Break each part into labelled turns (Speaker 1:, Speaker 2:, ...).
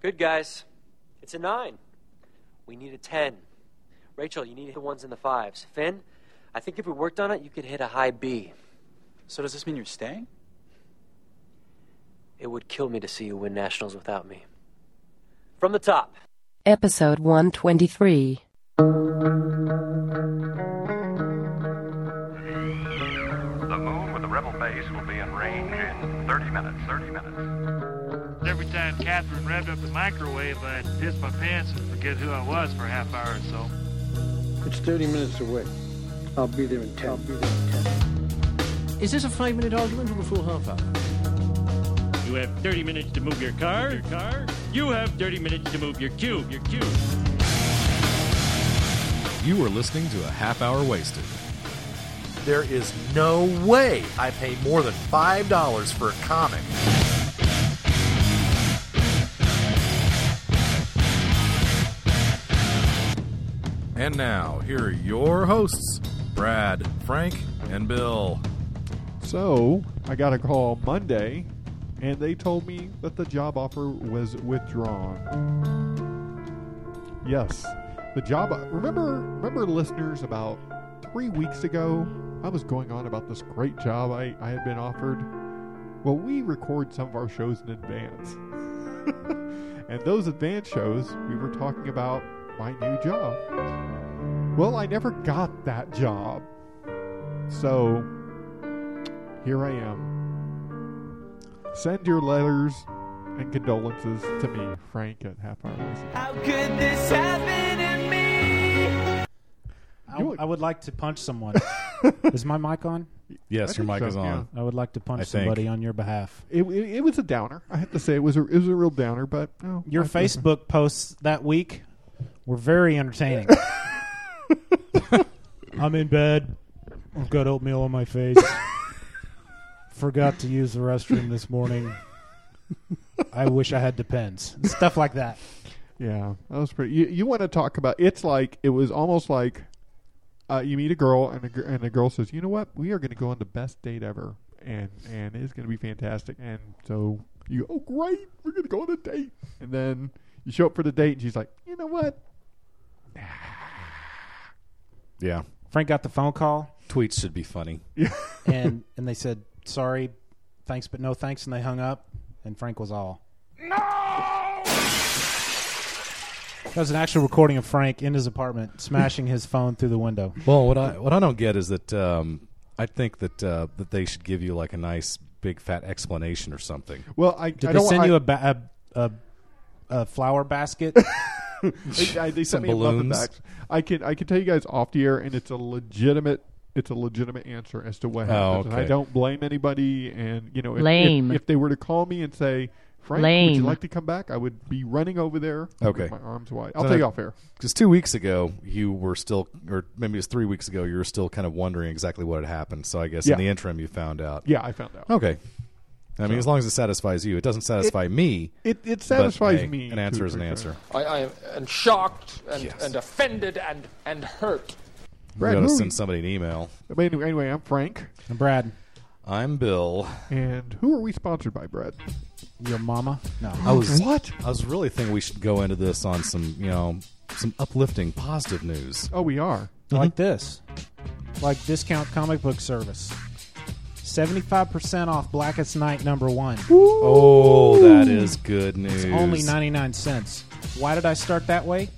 Speaker 1: good, guys. It's a nine. We need a ten. Rachel, you need the ones and the fives. Finn, I think if we worked on it, you could hit a high B.
Speaker 2: So does this mean you're staying?
Speaker 1: It would kill me to see you win nationals without me. From the top.
Speaker 3: Episode 123.
Speaker 4: The moon with the rebel base will be in range in 30 minutes. 30 minutes.
Speaker 5: Every time Catherine revved up the microwave, I'd piss my pants and forget who I was for a half hour or so.
Speaker 6: It's 30 minutes away. I'll be there in 10. I'll be there in 10.
Speaker 7: Is this a five minute argument or a full half hour?
Speaker 8: You have 30 minutes to move your car. your car. You have 30 minutes to move your cube. Your cube.
Speaker 9: You are listening to a half hour wasted.
Speaker 10: There is no way I pay more than $5 for a comic.
Speaker 9: And now, here are your hosts, Brad, Frank, and Bill.
Speaker 11: So I got a call Monday, and they told me that the job offer was withdrawn. Yes, the job. Remember, remember, listeners, about three weeks ago, I was going on about this great job I, I had been offered. Well, we record some of our shows in advance, and those advance shows, we were talking about my new job. Well, I never got that job, so here I am. Send your letters and condolences to me, Frank, at Half Hour Wasted.
Speaker 5: How could this happen to me?
Speaker 11: You
Speaker 12: I,
Speaker 11: would-
Speaker 12: I would like to punch someone. is my mic on?
Speaker 11: I
Speaker 9: Yes, your mic
Speaker 11: think so,
Speaker 9: is on.
Speaker 12: I would like to
Speaker 9: I
Speaker 12: punch
Speaker 9: think.
Speaker 12: somebody on your behalf.
Speaker 11: It, it, it was a downer. I have to say, it was a, it was a real downer, but. Oh,
Speaker 12: Your
Speaker 11: life goes on.
Speaker 12: Facebook posts that week were very entertaining. I'm in bed. I've got oatmeal on my face. Forgot to use the restroom this morning. I wish I had depends. Stuff like that.
Speaker 11: Yeah, that was pretty. You, you want to talk about? It's like it was almost like uh, you meet a girl and a, gir- and the girl says, "You know what? We are going to go on the best date ever, and and it's going to be fantastic." And so you, go, oh great, we're going to go on a date, and then you show up for the date, and she's like, "You know what?
Speaker 9: Yeah.
Speaker 12: Frank got the phone call
Speaker 9: Tweets should be funny.
Speaker 12: and and they said sorry, thanks but no thanks, and they hung up. And Frank was all. No. That was an actual recording of Frank in his apartment smashing his phone through the window.
Speaker 9: Well, what I what I don't get is that um, I think that uh, that they should give you like a nice big fat explanation or something.
Speaker 11: Well, I
Speaker 12: Did
Speaker 11: I
Speaker 12: they
Speaker 11: don't
Speaker 12: send
Speaker 11: I,
Speaker 12: you a, ba- a, a a flower basket?
Speaker 11: I, I, they
Speaker 9: Some
Speaker 11: sent me a Muppet
Speaker 9: balloons.
Speaker 11: box. I can I can tell you guys off the air, and it's a legitimate it's a legitimate answer as to what happened. And I
Speaker 9: Oh, okay.
Speaker 11: don't blame anybody, and you know, if, if-
Speaker 3: Lame.
Speaker 11: If, they were to call me and say, "Frank, would you
Speaker 3: Lame.
Speaker 11: like to come back?" I would be running over there.
Speaker 9: Okay.
Speaker 11: with my arms wide. I'll
Speaker 9: So
Speaker 11: tell
Speaker 9: that-
Speaker 11: you off air.
Speaker 9: Because two weeks ago you were still, or maybe it was three weeks ago, you were still kind of wondering exactly what had happened. So I guess
Speaker 11: Yeah.
Speaker 9: in the interim you found out.
Speaker 11: Yeah, I found out.
Speaker 9: Okay. I mean, as long as it satisfies you, it doesn't satisfy me.
Speaker 11: It it
Speaker 9: but,
Speaker 11: satisfies
Speaker 9: hey,
Speaker 11: me.
Speaker 9: An answer
Speaker 11: to a
Speaker 9: is an
Speaker 11: degree.
Speaker 9: answer.
Speaker 6: I, I am and shocked and,
Speaker 9: Yes.
Speaker 6: and uh, offended and, and hurt.
Speaker 9: We
Speaker 11: Brad,
Speaker 9: gotta
Speaker 11: who are
Speaker 9: send
Speaker 11: you-
Speaker 9: somebody an email.
Speaker 11: But anyway, anyway, I'm Frank,
Speaker 12: and Brad,
Speaker 9: I'm Bill.
Speaker 11: and who are we sponsored by, Brad?
Speaker 12: your mama? No.
Speaker 9: I was
Speaker 11: What?
Speaker 9: I was really thinking we should go into this on some, you know, some uplifting, positive news.
Speaker 11: Oh, we are.
Speaker 12: Like this. Like discount comic book service. 75% off Blackest Night number 1.
Speaker 9: Oh, that is good news.
Speaker 12: It's only 99 cents. Why did I start that way?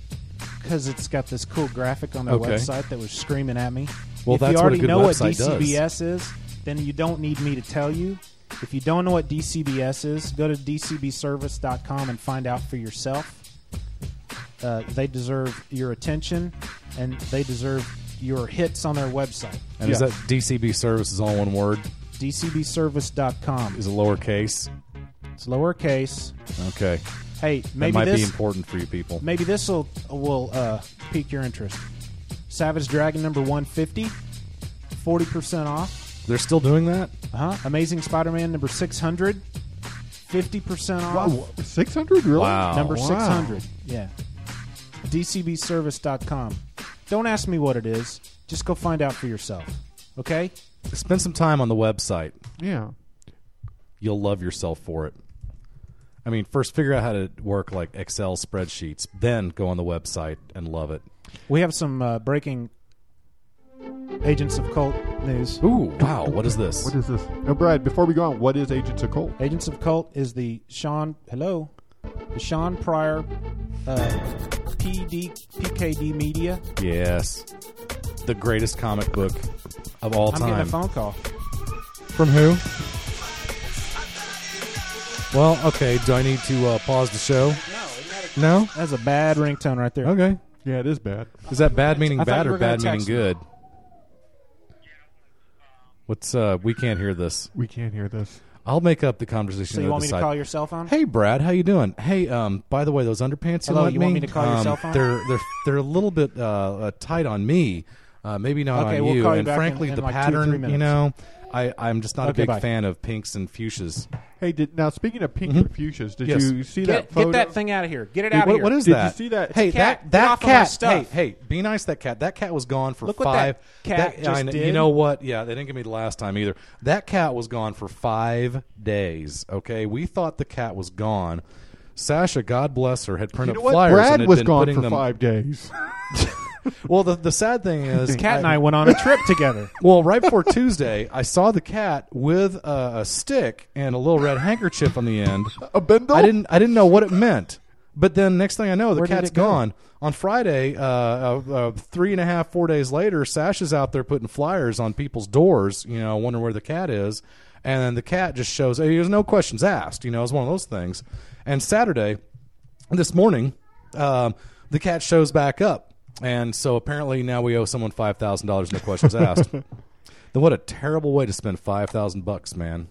Speaker 12: Because it's got this cool graphic on their
Speaker 9: Okay.
Speaker 12: website that was screaming at me.
Speaker 9: Well,
Speaker 12: if
Speaker 9: that's
Speaker 12: you
Speaker 9: what a
Speaker 12: already
Speaker 9: good
Speaker 12: know what
Speaker 9: website does.
Speaker 12: DCBS is, then you don't need me to tell you. If you don't know what DCBS is, go to dcbservice.com and find out for yourself. Uh, they deserve your attention, and they deserve your hits on their website.
Speaker 9: And is
Speaker 11: Yeah.
Speaker 9: that DCB service is all one word?
Speaker 12: DCBService.com.
Speaker 9: Is it lowercase?
Speaker 12: It's lowercase.
Speaker 9: Okay,
Speaker 12: Hey, maybe
Speaker 9: that might
Speaker 12: this
Speaker 9: be important for you people.
Speaker 12: Maybe this will will uh, pique your interest. Savage Dragon number 150, 40% off.
Speaker 9: They're still doing that.
Speaker 12: Uh-huh. Amazing Spider-Man number 600, 50% off.
Speaker 11: Six hundred really?
Speaker 9: Wow.
Speaker 12: Number
Speaker 11: Wow.
Speaker 12: 600. Yeah. DCBService.com. Don't ask me what it is. Just go find out for yourself. Okay?
Speaker 9: Spend some time on the website.
Speaker 11: Yeah.
Speaker 9: You'll love yourself for it. I mean, first figure out how to work like Excel spreadsheets, then go on the website and love it.
Speaker 12: We have some uh, breaking Agents of Cult news.
Speaker 9: Ooh, wow. What is this?
Speaker 11: What is this? No, Brad, before we go on, what is Agents of Cult?
Speaker 12: Agents of Cult is the Sean, hello, the Sean Pryor uh, PD, PKD Media.
Speaker 9: Yes. The greatest comic book of all
Speaker 12: I'm
Speaker 9: time.
Speaker 12: getting a phone call.
Speaker 11: From who?
Speaker 9: Well, okay. Do I need to uh, pause the show? No. No?
Speaker 12: That's a bad ringtone right there.
Speaker 9: Okay.
Speaker 11: Yeah, it is bad.
Speaker 9: Is that bad meaning
Speaker 12: I thought
Speaker 9: bad
Speaker 12: you
Speaker 9: or
Speaker 12: were gonna
Speaker 9: bad meaning
Speaker 12: text
Speaker 9: good? What's uh? We can't hear this.
Speaker 11: We can't hear this.
Speaker 9: I'll make up the conversation.
Speaker 12: So you
Speaker 9: on
Speaker 12: want
Speaker 9: the
Speaker 12: me to
Speaker 9: side.
Speaker 12: call your cell phone?
Speaker 9: Hey Brad, how you doing? Hey, um, by the way, those underpants you
Speaker 12: Hello,
Speaker 9: lent
Speaker 12: you want me to call your
Speaker 9: um,
Speaker 12: cell phone?
Speaker 9: They're they're they're a little bit uh, uh, tight on me. Uh, maybe not
Speaker 12: Okay,
Speaker 9: on
Speaker 12: we'll
Speaker 9: you.
Speaker 12: call you
Speaker 9: and
Speaker 12: back in-
Speaker 9: frankly,
Speaker 12: in
Speaker 9: the
Speaker 12: like two or three
Speaker 9: pattern, you
Speaker 12: minutes.
Speaker 9: know, I I'm just not
Speaker 12: Okay,
Speaker 9: a big
Speaker 12: bye.
Speaker 9: fan of pinks and fuchsias.
Speaker 11: Hey, did, now speaking of pink fuchsias, did
Speaker 9: Mm-hmm. Yes.
Speaker 11: you see
Speaker 12: Get,
Speaker 11: that photo?
Speaker 12: get that thing out of here. Get it
Speaker 9: Hey,
Speaker 12: out
Speaker 9: what,
Speaker 12: of here.
Speaker 9: what is
Speaker 11: Did you
Speaker 9: that?
Speaker 11: see that? It's
Speaker 9: Hey,
Speaker 12: a cat.
Speaker 9: that
Speaker 12: Get
Speaker 9: that
Speaker 12: off of my
Speaker 9: cat.
Speaker 12: stuff.
Speaker 9: Hey, hey, be nice. That cat. That cat was gone for
Speaker 12: Look what
Speaker 9: five.
Speaker 12: that cat
Speaker 9: that-
Speaker 12: just
Speaker 9: I kn- You
Speaker 12: did.
Speaker 9: know what? Yeah, they didn't give me the last time either. That cat was gone for five days. Okay, we thought the cat was gone. Sasha, God bless her, had
Speaker 11: you
Speaker 9: printed
Speaker 11: know what?
Speaker 9: flyers and
Speaker 11: Brad
Speaker 9: had
Speaker 11: was
Speaker 9: been
Speaker 11: gone
Speaker 9: putting
Speaker 11: for
Speaker 9: them.
Speaker 11: five days.
Speaker 9: Well, the the sad thing is,
Speaker 12: Cat and I went on a trip together.
Speaker 9: Well, right before Tuesday, I saw the cat with a, a stick and a little red handkerchief on the end.
Speaker 11: a bindle?
Speaker 9: I didn't I didn't know what it meant. But then next thing I know, the
Speaker 12: Where did
Speaker 9: cat's
Speaker 12: it go?
Speaker 9: gone. On Friday, uh, uh, uh, three and a half, four days later, Sash is out there putting flyers on people's doors, you know, wondering where the cat is. And then the cat just shows, there's no questions asked, you know, it's one of those things. And Saturday, this morning, um, the cat shows back up. And so apparently now we owe someone $5,000, no questions asked. then what a terrible way to spend 5000 bucks, man.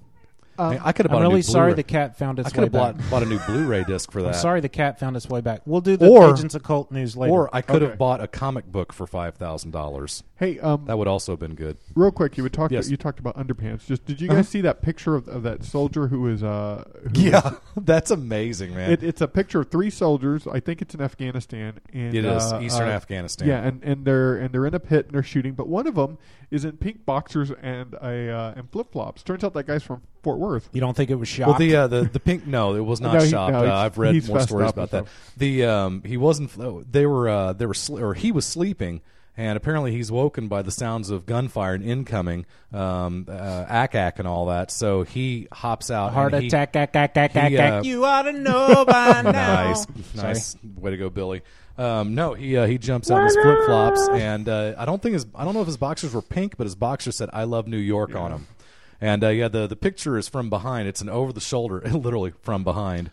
Speaker 9: I, I could have
Speaker 12: Uh,
Speaker 9: bought
Speaker 12: I'm
Speaker 9: a new
Speaker 12: really sorry
Speaker 9: Blu-ray.
Speaker 12: the cat found
Speaker 9: I
Speaker 12: its
Speaker 9: could
Speaker 12: way
Speaker 9: have
Speaker 12: back.
Speaker 9: bought, bought a new Blu-ray disc for that.
Speaker 12: I'm sorry the cat found its way back. We'll do the
Speaker 9: Or-
Speaker 12: Agents of Cult news later.
Speaker 9: Or I could
Speaker 11: Okay.
Speaker 9: have bought a comic book for five thousand dollars.
Speaker 11: Hey, um,
Speaker 9: That would also have been good.
Speaker 11: real quick, you would talk.
Speaker 9: Yes. Uh-huh.
Speaker 11: You talked about underpants. Just did you guys see that picture of, of that soldier who is uh? Who
Speaker 9: Yeah, that's amazing, man.
Speaker 11: It, it's a picture of three soldiers. I think it's in Afghanistan. And,
Speaker 9: It is,
Speaker 11: uh,
Speaker 9: Eastern
Speaker 11: uh,
Speaker 9: Afghanistan.
Speaker 11: Yeah, and, and they're and they're in a pit and they're shooting. But one of them is in pink boxers and a uh, and flip flops. Turns out that guy's from Fort Worth.
Speaker 12: you don't think it was shot?
Speaker 9: well, the uh, the the pink no, it was not
Speaker 11: No,
Speaker 9: shop.
Speaker 11: he- no,
Speaker 9: uh,
Speaker 11: he's-
Speaker 9: I've read
Speaker 11: he's
Speaker 9: more
Speaker 11: fessed
Speaker 9: stories
Speaker 11: up
Speaker 9: about
Speaker 11: and
Speaker 9: that. The um, he wasn't. They were uh, they were sl- or he was sleeping, and apparently he's woken by the sounds of gunfire and incoming, um, uh, ack ack and all that. So he hops out.
Speaker 12: Heart
Speaker 9: and he-
Speaker 12: attack, ack, ack, ack,
Speaker 9: he,
Speaker 12: ack, ack.
Speaker 9: uh,
Speaker 12: You ought to know by now.
Speaker 9: nice, nice way to go, Billy. Um, no, he uh, he jumps out in his flip flops, and uh, I don't think his I don't know if his boxers were pink, but his boxer said "I love New York" on him. And uh, yeah, the the picture is from behind. It's an over the shoulder, literally from behind.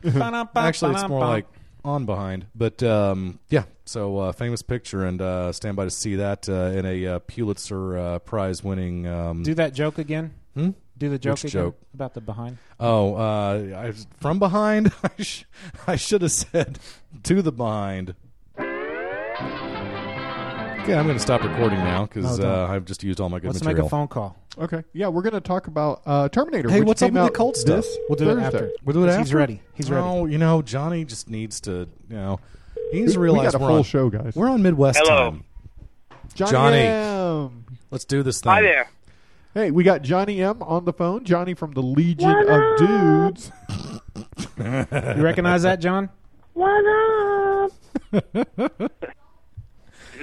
Speaker 9: Actually, it's more like on behind. But um, yeah, so uh, famous picture, and uh, stand by to see that uh, in a uh, Pulitzer uh, Prize winning. Um,
Speaker 12: Do that joke again.
Speaker 9: Hmm?
Speaker 12: Do the joke
Speaker 9: Which
Speaker 12: again
Speaker 9: joke?
Speaker 12: about the behind.
Speaker 9: Oh, uh, I, from behind. I, sh- I should have said to the behind. Okay, I'm going to stop recording now because
Speaker 12: No, don't.
Speaker 9: uh, I've just used all my good
Speaker 12: Let's
Speaker 9: material.
Speaker 12: make a phone call.
Speaker 11: Okay. Yeah, we're gonna talk about uh, Terminator.
Speaker 9: Hey,
Speaker 11: which
Speaker 9: what's up
Speaker 11: came
Speaker 9: with
Speaker 11: out
Speaker 9: the Colt stuff?
Speaker 11: this
Speaker 12: We'll do it
Speaker 11: Thursday.
Speaker 12: after.
Speaker 9: We'll do it after.
Speaker 12: He's ready. He's ready.
Speaker 9: No, you know, Johnny just needs to, you know, he needs to
Speaker 11: We- we
Speaker 9: realize
Speaker 11: got a
Speaker 9: are
Speaker 11: full
Speaker 9: on
Speaker 11: show, guys.
Speaker 9: We're on Midwest
Speaker 13: Hello.
Speaker 9: time.
Speaker 11: Johnny.
Speaker 9: Johnny.
Speaker 11: M.
Speaker 9: Let's do this thing.
Speaker 13: Hi there.
Speaker 11: Hey, we got Johnny M on the phone. Johnny from the Legion of Dudes.
Speaker 12: You recognize that, John?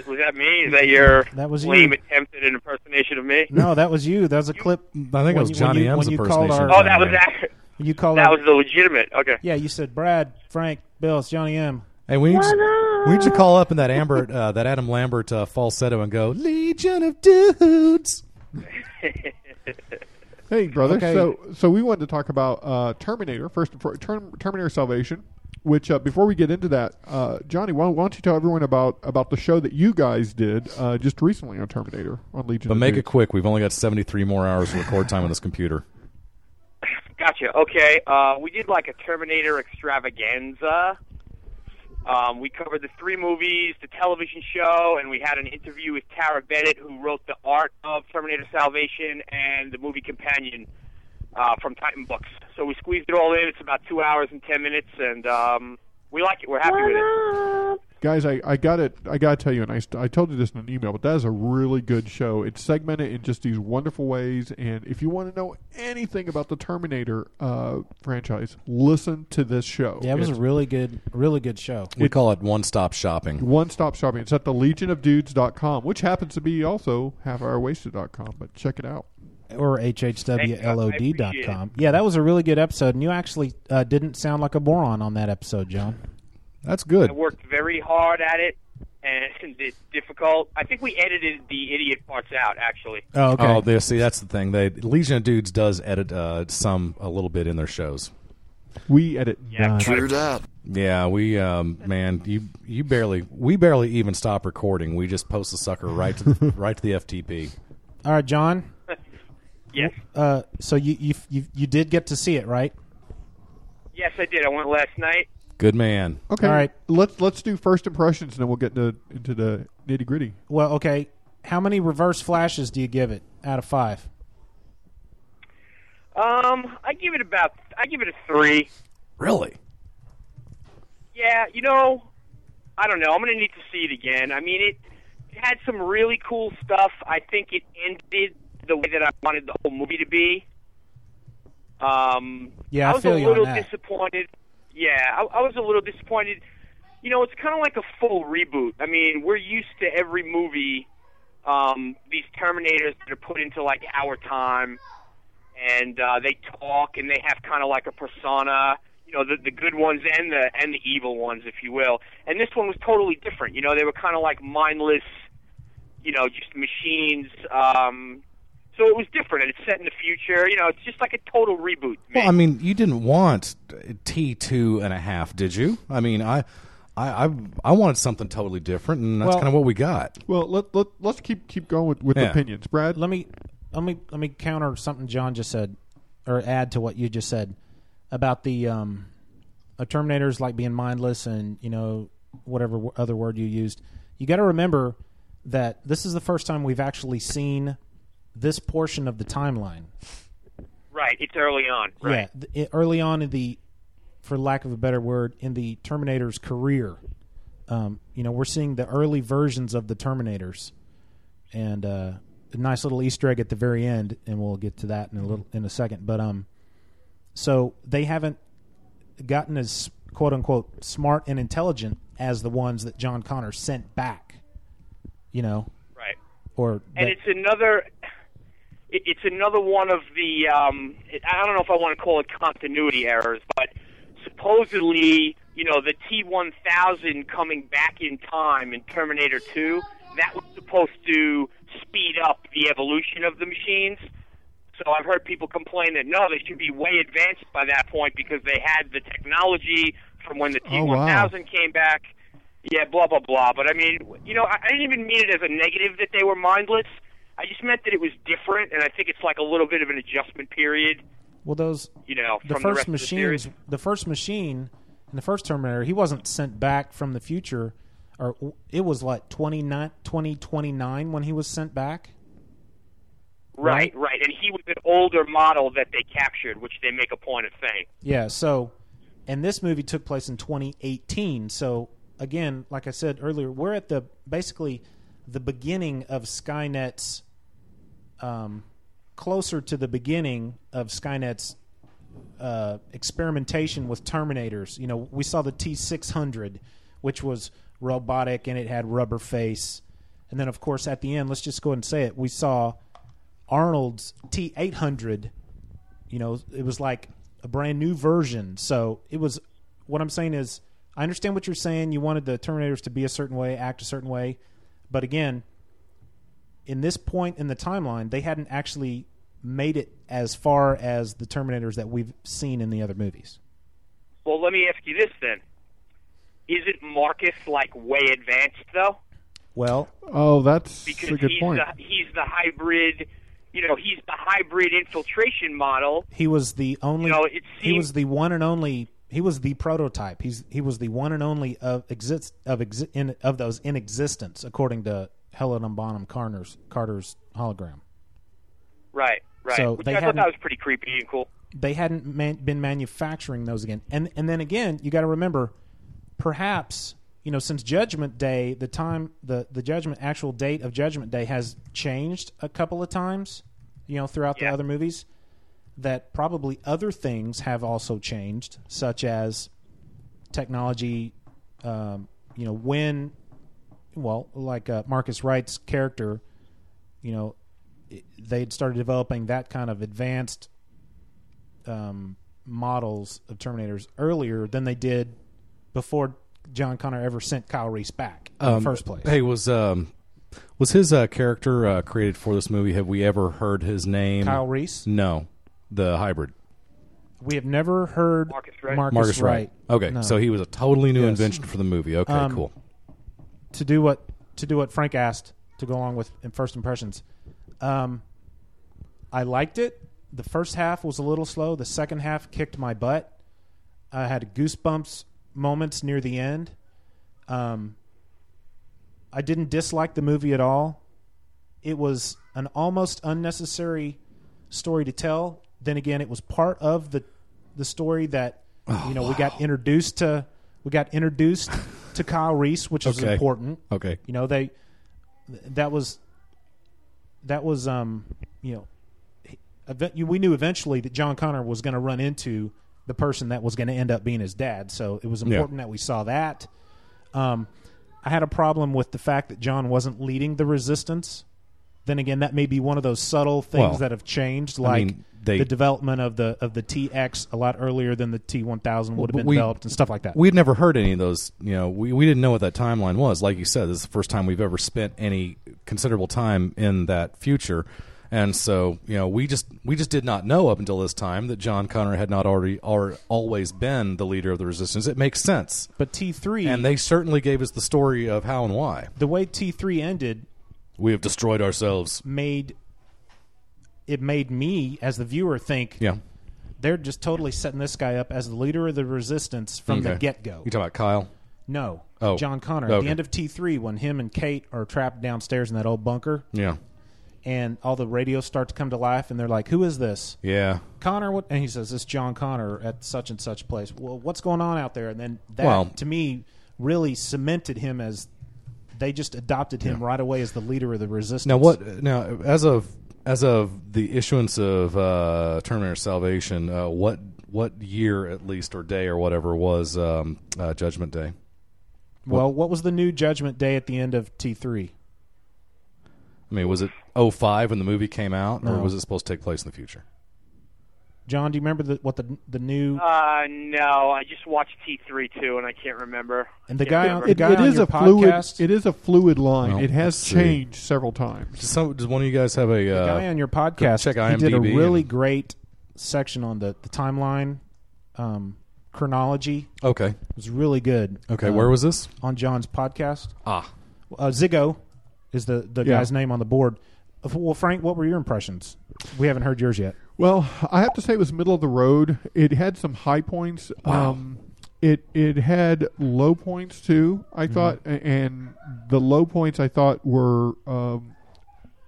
Speaker 13: Was that me? Is that your
Speaker 12: That was you.
Speaker 13: lame attempt at an impersonation of me?
Speaker 12: No, that was you. That was a clip.
Speaker 9: I think it was Johnny
Speaker 12: you,
Speaker 9: M's
Speaker 12: when you called
Speaker 9: impersonation.
Speaker 12: our, uh,
Speaker 13: Oh, that was that.
Speaker 12: when you called
Speaker 13: That
Speaker 12: our-
Speaker 13: was the legitimate. Okay.
Speaker 12: Yeah, you said Brad, Frank, Bill, it's Johnny M.
Speaker 9: Hey, we need, you, we need you to call up in that Amber, uh, that Adam Lambert uh, falsetto and go Legion of Dudes.
Speaker 11: Hey, brother.
Speaker 12: Okay.
Speaker 11: So, so we wanted to talk about uh, Terminator first and for Term, Terminator Salvation. Which uh, before we get into that, uh, Johnny, why, why don't you tell everyone about about the show that you guys did uh, just recently on Terminator on Legion?
Speaker 9: But
Speaker 11: of
Speaker 9: make it
Speaker 11: Dudes.
Speaker 9: quick. We've only got 73 more hours of record time on this computer.
Speaker 13: Gotcha. Okay. Uh, we did like a Terminator extravaganza. Um, we covered the three movies, the television show, and we had an interview with Tara Bennett, who wrote the art of Terminator Salvation and the movie companion uh, from Titan Books. So we squeezed it all in. It's about two hours and ten minutes, and um, we like it. We're happy with it.
Speaker 11: Guys, I, I got it. I gotta tell you, and I, st- I told you this in an email, but that is a really good show. It's segmented in just these wonderful ways, and if you want to know anything about the Terminator uh, franchise, listen to this show.
Speaker 12: Yeah, it was a really good, really good show.
Speaker 9: We call it one stop shopping.
Speaker 11: One stop shopping. It's at the legionofdudes.com, which happens to be also halfhourwasted.com, but check it out.
Speaker 12: or hhwlod.com. Yeah, that was a really good episode, and you actually uh, didn't sound like a moron on that episode, John.
Speaker 9: That's good.
Speaker 13: I worked very hard at it, and it's difficult. I think we edited the idiot parts out, actually.
Speaker 9: Oh, there. See, that's the thing. They Legion of Dudes does edit uh, some a little bit in their shows.
Speaker 11: We edit.
Speaker 9: Yeah,
Speaker 11: True
Speaker 9: that. Yeah, we um, man, you you barely we barely even stop recording. We just post the sucker right to the, right to the FTP.
Speaker 12: All right, John.
Speaker 13: Yes.
Speaker 12: Uh, so you, you you you did get to see it, right?
Speaker 13: Yes, I did. I went last night.
Speaker 9: Good man.
Speaker 11: Okay.
Speaker 12: All right.
Speaker 11: Let's let's do first impressions, and then we'll get into, into the nitty gritty.
Speaker 12: Well, okay. How many reverse flashes do you give it out of five?
Speaker 13: Um, I give it about. I give it a three.
Speaker 9: Really?
Speaker 13: Yeah, you know, I don't know. I'm going to need to see it again. I mean, it, it had some really cool stuff. I think it ended the way that I wanted the whole movie to be. Um,
Speaker 12: Yeah, I
Speaker 13: was
Speaker 12: feel
Speaker 13: a
Speaker 12: you on
Speaker 13: little
Speaker 12: that.
Speaker 13: disappointed. Yeah, I, I was a little disappointed. You know, it's kind of like a full reboot. I mean, we're used to every movie um, these Terminators that are put into like our time, and uh, they talk and they have kind of like a persona. You know, the the good ones and the and the evil ones, if you will. And this one was totally different. You know, they were kind of like mindless. You know, just machines. Um, so it was different, and it's set in the future. You know, it's just like a total reboot.
Speaker 9: Well, I mean, you didn't want T two and a half, did you? I mean, I I I, I wanted something totally different, and that's
Speaker 12: Well-
Speaker 9: kind of what we got.
Speaker 11: Well, let let let's keep keep going with, with
Speaker 9: Yeah.
Speaker 11: opinions, Brad.
Speaker 12: Let me let me let me counter something John just said, or add to what you just said about the um, uh, Terminators like being mindless and you know whatever w- other word you used. You got to remember that this is the first time we've actually seen this portion of the timeline.
Speaker 13: Right, it's early on. Right.
Speaker 12: Yeah, th- i- early on in the, for lack of a better word, in the Terminator's career, um, you know, we're seeing the early versions of the Terminators, and uh, a nice little Easter egg at the very end, and we'll get to that in
Speaker 13: Mm-hmm.
Speaker 12: a little in a second. But um, so they haven't gotten as quote unquote smart and intelligent as the ones that John Connor sent back, you know,
Speaker 13: Right.
Speaker 12: or
Speaker 13: and
Speaker 12: that-
Speaker 13: it's another it, it's another one of the um I don't know if I want to call it continuity errors, but supposedly, you know, the T1000 coming back in time in Terminator 2, that was supposed to speed up the evolution of the machines. So I've heard people complain that no, they should be way advanced by that point because they had the technology from when the T1000
Speaker 11: Oh, wow.
Speaker 13: came back. Yeah, blah blah blah. But I mean, you know, I, I didn't even mean it as a negative that they were mindless. I just meant that it was different, and I think it's like a little bit of an adjustment period.
Speaker 12: well those
Speaker 13: You know,
Speaker 12: the
Speaker 13: from the
Speaker 12: first
Speaker 13: rest of the series.
Speaker 12: machines, the, first machine in the first Terminator, he wasn't sent back from the future, or it was like 29, 2029 when he was sent back.
Speaker 13: Right, right. And he was an older model that they captured, which they make a point of saying.
Speaker 12: Yeah. So, and this movie took place in 2018. So again, like I said earlier, we're at the basically the beginning of Skynet's, um, closer to the beginning of Skynet's uh, experimentation with Terminators. You know, we saw the T600, which was robotic and it had rubber face, and then of course at the end, let's just go ahead and say it, we saw Arnold's T800 you know it was like a brand new version so it was what i'm saying is i understand what you're saying you wanted the terminators to be a certain way act a certain way but again in this point in the timeline they hadn't actually made it as far as the terminators that we've seen in the other movies
Speaker 13: Well, let me ask you this then: Isn't Marcus like way advanced though?
Speaker 12: well
Speaker 11: oh that's
Speaker 13: Because
Speaker 11: a good
Speaker 13: he's
Speaker 11: point
Speaker 13: the he's the hybrid. You know, he's the hybrid infiltration model.
Speaker 12: he was the only
Speaker 13: You know, it
Speaker 12: he was the one and only he was the prototype he's he was the one and only of exist of exi- in, of those in existence according to Helen and Bonham Carter's Carter's hologram
Speaker 13: Right, right.
Speaker 12: So
Speaker 13: which
Speaker 12: they
Speaker 13: I thought
Speaker 12: hadn't-
Speaker 13: that was pretty creepy and cool.
Speaker 12: they hadn't man- been manufacturing those again. And and then again, you got to remember, perhaps you know, since Judgment Day, the time the the judgment actual date of Judgment Day has changed a couple of times, you know, throughout the other movies. That probably other things have also changed, such as technology. Um, you know, when, well, like uh, Marcus Wright's character, you know, i- they'd started developing that kind of advanced um, models of Terminators earlier than they did before John Connor ever sent Kyle Reese back in the
Speaker 9: Um,
Speaker 12: first place.
Speaker 9: Hey, was um, was his uh, character uh, created for this movie? Have we ever heard his name?
Speaker 12: Kyle Reese?
Speaker 9: No, the hybrid.
Speaker 12: We have never heard Marcus Wright.
Speaker 9: Marcus Wright. Okay,
Speaker 12: No.
Speaker 9: so he was a totally new
Speaker 12: Yes.
Speaker 9: invention for the movie. Okay,
Speaker 12: Um,
Speaker 9: cool.
Speaker 12: to do what to do what Frank asked to go along with in first impressions. Um, I liked it. The first half was a little slow. The second half kicked my butt. I had goosebumps moments near the end. Um, I didn't dislike the movie at all. It was an almost unnecessary story to tell. Then again, it was part of the the story that you know we got introduced to we got introduced to Kyle Reese, which is
Speaker 9: Okay.
Speaker 12: important.
Speaker 9: Okay.
Speaker 12: you know they th- that was that was um you know he- event- you- we knew eventually that John Connor was going to run into the person that was going to end up being his dad. So it was
Speaker 9: Yeah.
Speaker 12: important that we saw that. Um, I had a problem with the fact that John wasn't leading the resistance. Then again, that may be one of those subtle things
Speaker 9: Well,
Speaker 12: that have changed,
Speaker 9: I
Speaker 12: like
Speaker 9: mean, they-
Speaker 12: the development of the of the TX a lot earlier than the T1000 would have been
Speaker 9: We-
Speaker 12: developed and stuff like that.
Speaker 9: We'd never heard any of those. You know, we, we didn't know what that timeline was. Like you said, this is the first time we've ever spent any considerable time in that future, and so you know, we just we just did not know up until this time that John Connor had not already or always been the leader of the resistance. It makes sense.
Speaker 12: But T three,
Speaker 9: and they certainly gave us the story of how and why
Speaker 12: the way T three ended
Speaker 9: we have destroyed ourselves.
Speaker 12: made it made me as the viewer think
Speaker 9: Yeah.
Speaker 12: they're just totally setting this guy up as the leader of the resistance from the
Speaker 9: Okay.
Speaker 12: get go.
Speaker 9: You talking about Kyle?
Speaker 12: No,
Speaker 9: Oh.
Speaker 12: John Connor at
Speaker 9: Okay.
Speaker 12: the end of T three when him and Kate are trapped downstairs in that old bunker.
Speaker 9: Yeah.
Speaker 12: and all the radios start to come to life, and they're like, "Who is this?"
Speaker 9: Yeah.
Speaker 12: Connor, what? And he says, "It's John Connor at such and such place." Well, what's going on out there? And then that,
Speaker 9: Well-
Speaker 12: to me, really cemented him as they just adopted him right away as the leader of the resistance.
Speaker 9: Now what? Now as of as of the issuance of uh, Terminator Salvation, uh, what what year at least or day or whatever was um, uh, Judgment Day?
Speaker 12: Well, what was the new Judgment Day at the end of T three?
Speaker 9: I mean, was it 05 when the movie came out, or
Speaker 12: No.
Speaker 9: was it supposed to take place in the future?
Speaker 12: John, do you remember the, what the the new
Speaker 13: Uh, no, I just watched T3 too, and I can't remember.
Speaker 12: and the
Speaker 13: Can't
Speaker 12: guy on
Speaker 13: remember.
Speaker 12: the guy
Speaker 11: it
Speaker 12: on
Speaker 11: is
Speaker 12: your
Speaker 11: a fluid.
Speaker 12: podcast?
Speaker 11: It is a fluid line.
Speaker 9: Well,
Speaker 11: it has
Speaker 9: let's see.
Speaker 11: changed several times.
Speaker 9: Does, some, does one of you guys have a uh,
Speaker 12: guy on your podcast
Speaker 9: Check
Speaker 12: he
Speaker 9: IMDb.
Speaker 12: did a really
Speaker 9: and-
Speaker 12: great section on the, the timeline um, chronology
Speaker 9: okay.
Speaker 12: it was really good
Speaker 9: Okay,
Speaker 12: Um,
Speaker 9: where was this?
Speaker 12: on john's podcast
Speaker 9: Ah,
Speaker 12: uh, ziggo is the, the
Speaker 11: Yeah.
Speaker 12: guy's name on the board Uh, well frank what were your impressions we haven't heard yours yet
Speaker 11: Well, I have to say it was middle of the road. It had some high points. Um, it it had low points too. I
Speaker 9: Mm-hmm.
Speaker 11: thought, a- and the low points I thought were um,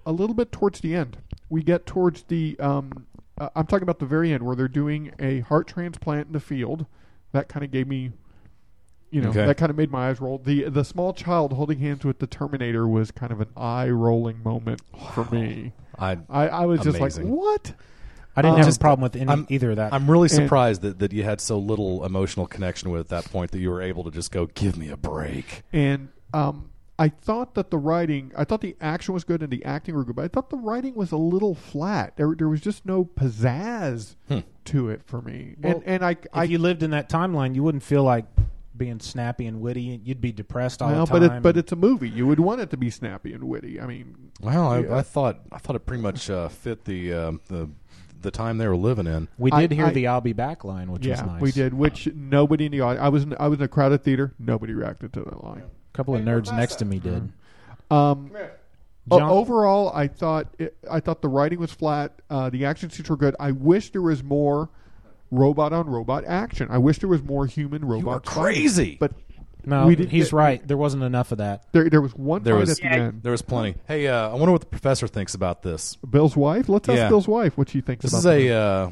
Speaker 11: a little bit towards the end. We get towards the. Um, uh, I'm talking about the very end where they're doing a heart transplant in the field. That kind of gave me, you know,
Speaker 9: Okay.
Speaker 11: that kind of made my eyes roll. the The small child holding hands with the Terminator was kind of an eye rolling moment for me.
Speaker 9: I
Speaker 11: I, I was just like,
Speaker 9: Amazing.
Speaker 11: what?
Speaker 12: i didn't
Speaker 11: Um,
Speaker 12: have a problem with any,
Speaker 9: Uh, I'm-
Speaker 12: either of that
Speaker 9: I'm really
Speaker 11: And-
Speaker 9: surprised that, that you had so little emotional connection with it at that point that you were able to just go, give me a break.
Speaker 11: And um, I thought that the writing, I thought the action was good and the acting were good, but I thought the writing was a little flat. There, there was just no pizzazz
Speaker 12: Hmm.
Speaker 11: to it for me.
Speaker 12: Well,
Speaker 11: and, and I,
Speaker 12: if
Speaker 11: I
Speaker 12: you lived in that timeline you wouldn't feel like being snappy and witty you'd be depressed all
Speaker 11: well,
Speaker 12: the time
Speaker 11: but it, but it's a movie. You would want it to be snappy and witty. I mean,
Speaker 9: Well, I,
Speaker 11: Yeah.
Speaker 9: I thought I thought it pretty much uh, fit the um, the the time they were living in.
Speaker 12: we
Speaker 11: I-
Speaker 12: did hear
Speaker 11: I-
Speaker 12: the i'll be back line which was
Speaker 11: yeah,
Speaker 12: nice
Speaker 11: we did. Which nobody in the audience. I was in, I was in a crowded theater. Nobody reacted to that line.
Speaker 12: a couple of nerds next to me did
Speaker 11: Um,
Speaker 12: John-
Speaker 11: o- overall, I thought it, I thought the writing was flat. Uh, the action scenes were good. I wish there was more robot on robot action. I wish there was more human robot. fighting.
Speaker 9: crazy.
Speaker 11: but
Speaker 12: no
Speaker 11: we didn't
Speaker 12: he's
Speaker 11: get-
Speaker 12: right there wasn't enough of that
Speaker 11: There, there was one
Speaker 9: There
Speaker 11: fight
Speaker 9: was-
Speaker 11: at the end.
Speaker 9: There was plenty. Hey, uh, I wonder what the professor thinks about this.
Speaker 11: Bill's wife. Let's ask
Speaker 9: Yeah.
Speaker 11: Bill's wife what she thinks.
Speaker 9: This
Speaker 11: about
Speaker 9: is a uh,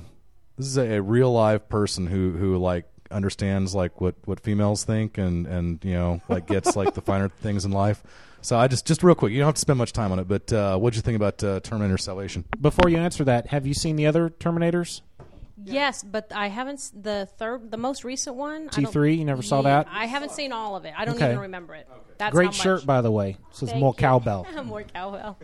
Speaker 9: this is a, a real live person who who like understands like what what females think and and you know like gets like the finer things in life. So I just just real quick, you don't have to spend much time on it, but uh, what'd you think about uh, Terminator Salvation?
Speaker 12: Before you answer that, have you seen the other Terminators?
Speaker 14: Yes, but I haven't s- the third, the most recent one. I
Speaker 12: T
Speaker 14: don't-
Speaker 12: three, you never saw
Speaker 14: Yeah,
Speaker 12: that.
Speaker 14: I haven't seen all of it. I don't
Speaker 12: Okay.
Speaker 14: even remember it. That's how
Speaker 12: Great
Speaker 14: much-
Speaker 12: shirt, by the way. Says
Speaker 14: Thank
Speaker 12: more
Speaker 14: you.
Speaker 12: cowbell.
Speaker 14: more cowbell.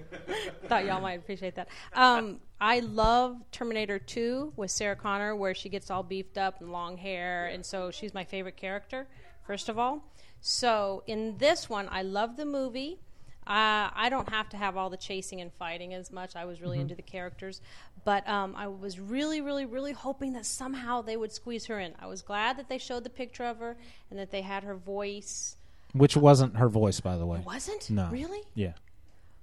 Speaker 14: Thought y'all might appreciate that. Um, I love Terminator 2 with Sarah Connor, where she gets all beefed up and long hair, and so she's my favorite character. First of all, so in this one, I love the movie. Uh, I don't have to have all the chasing and fighting as much. I was really
Speaker 15: Mhm.
Speaker 14: into the
Speaker 12: uh,
Speaker 14: characters, but um, I was really, really, really hoping that somehow they would squeeze her in. I was glad that they showed the picture of her and that they had her voice.
Speaker 12: Which wasn't her voice, by the way.
Speaker 14: It wasn't?
Speaker 12: No.
Speaker 14: Really?
Speaker 12: Yeah.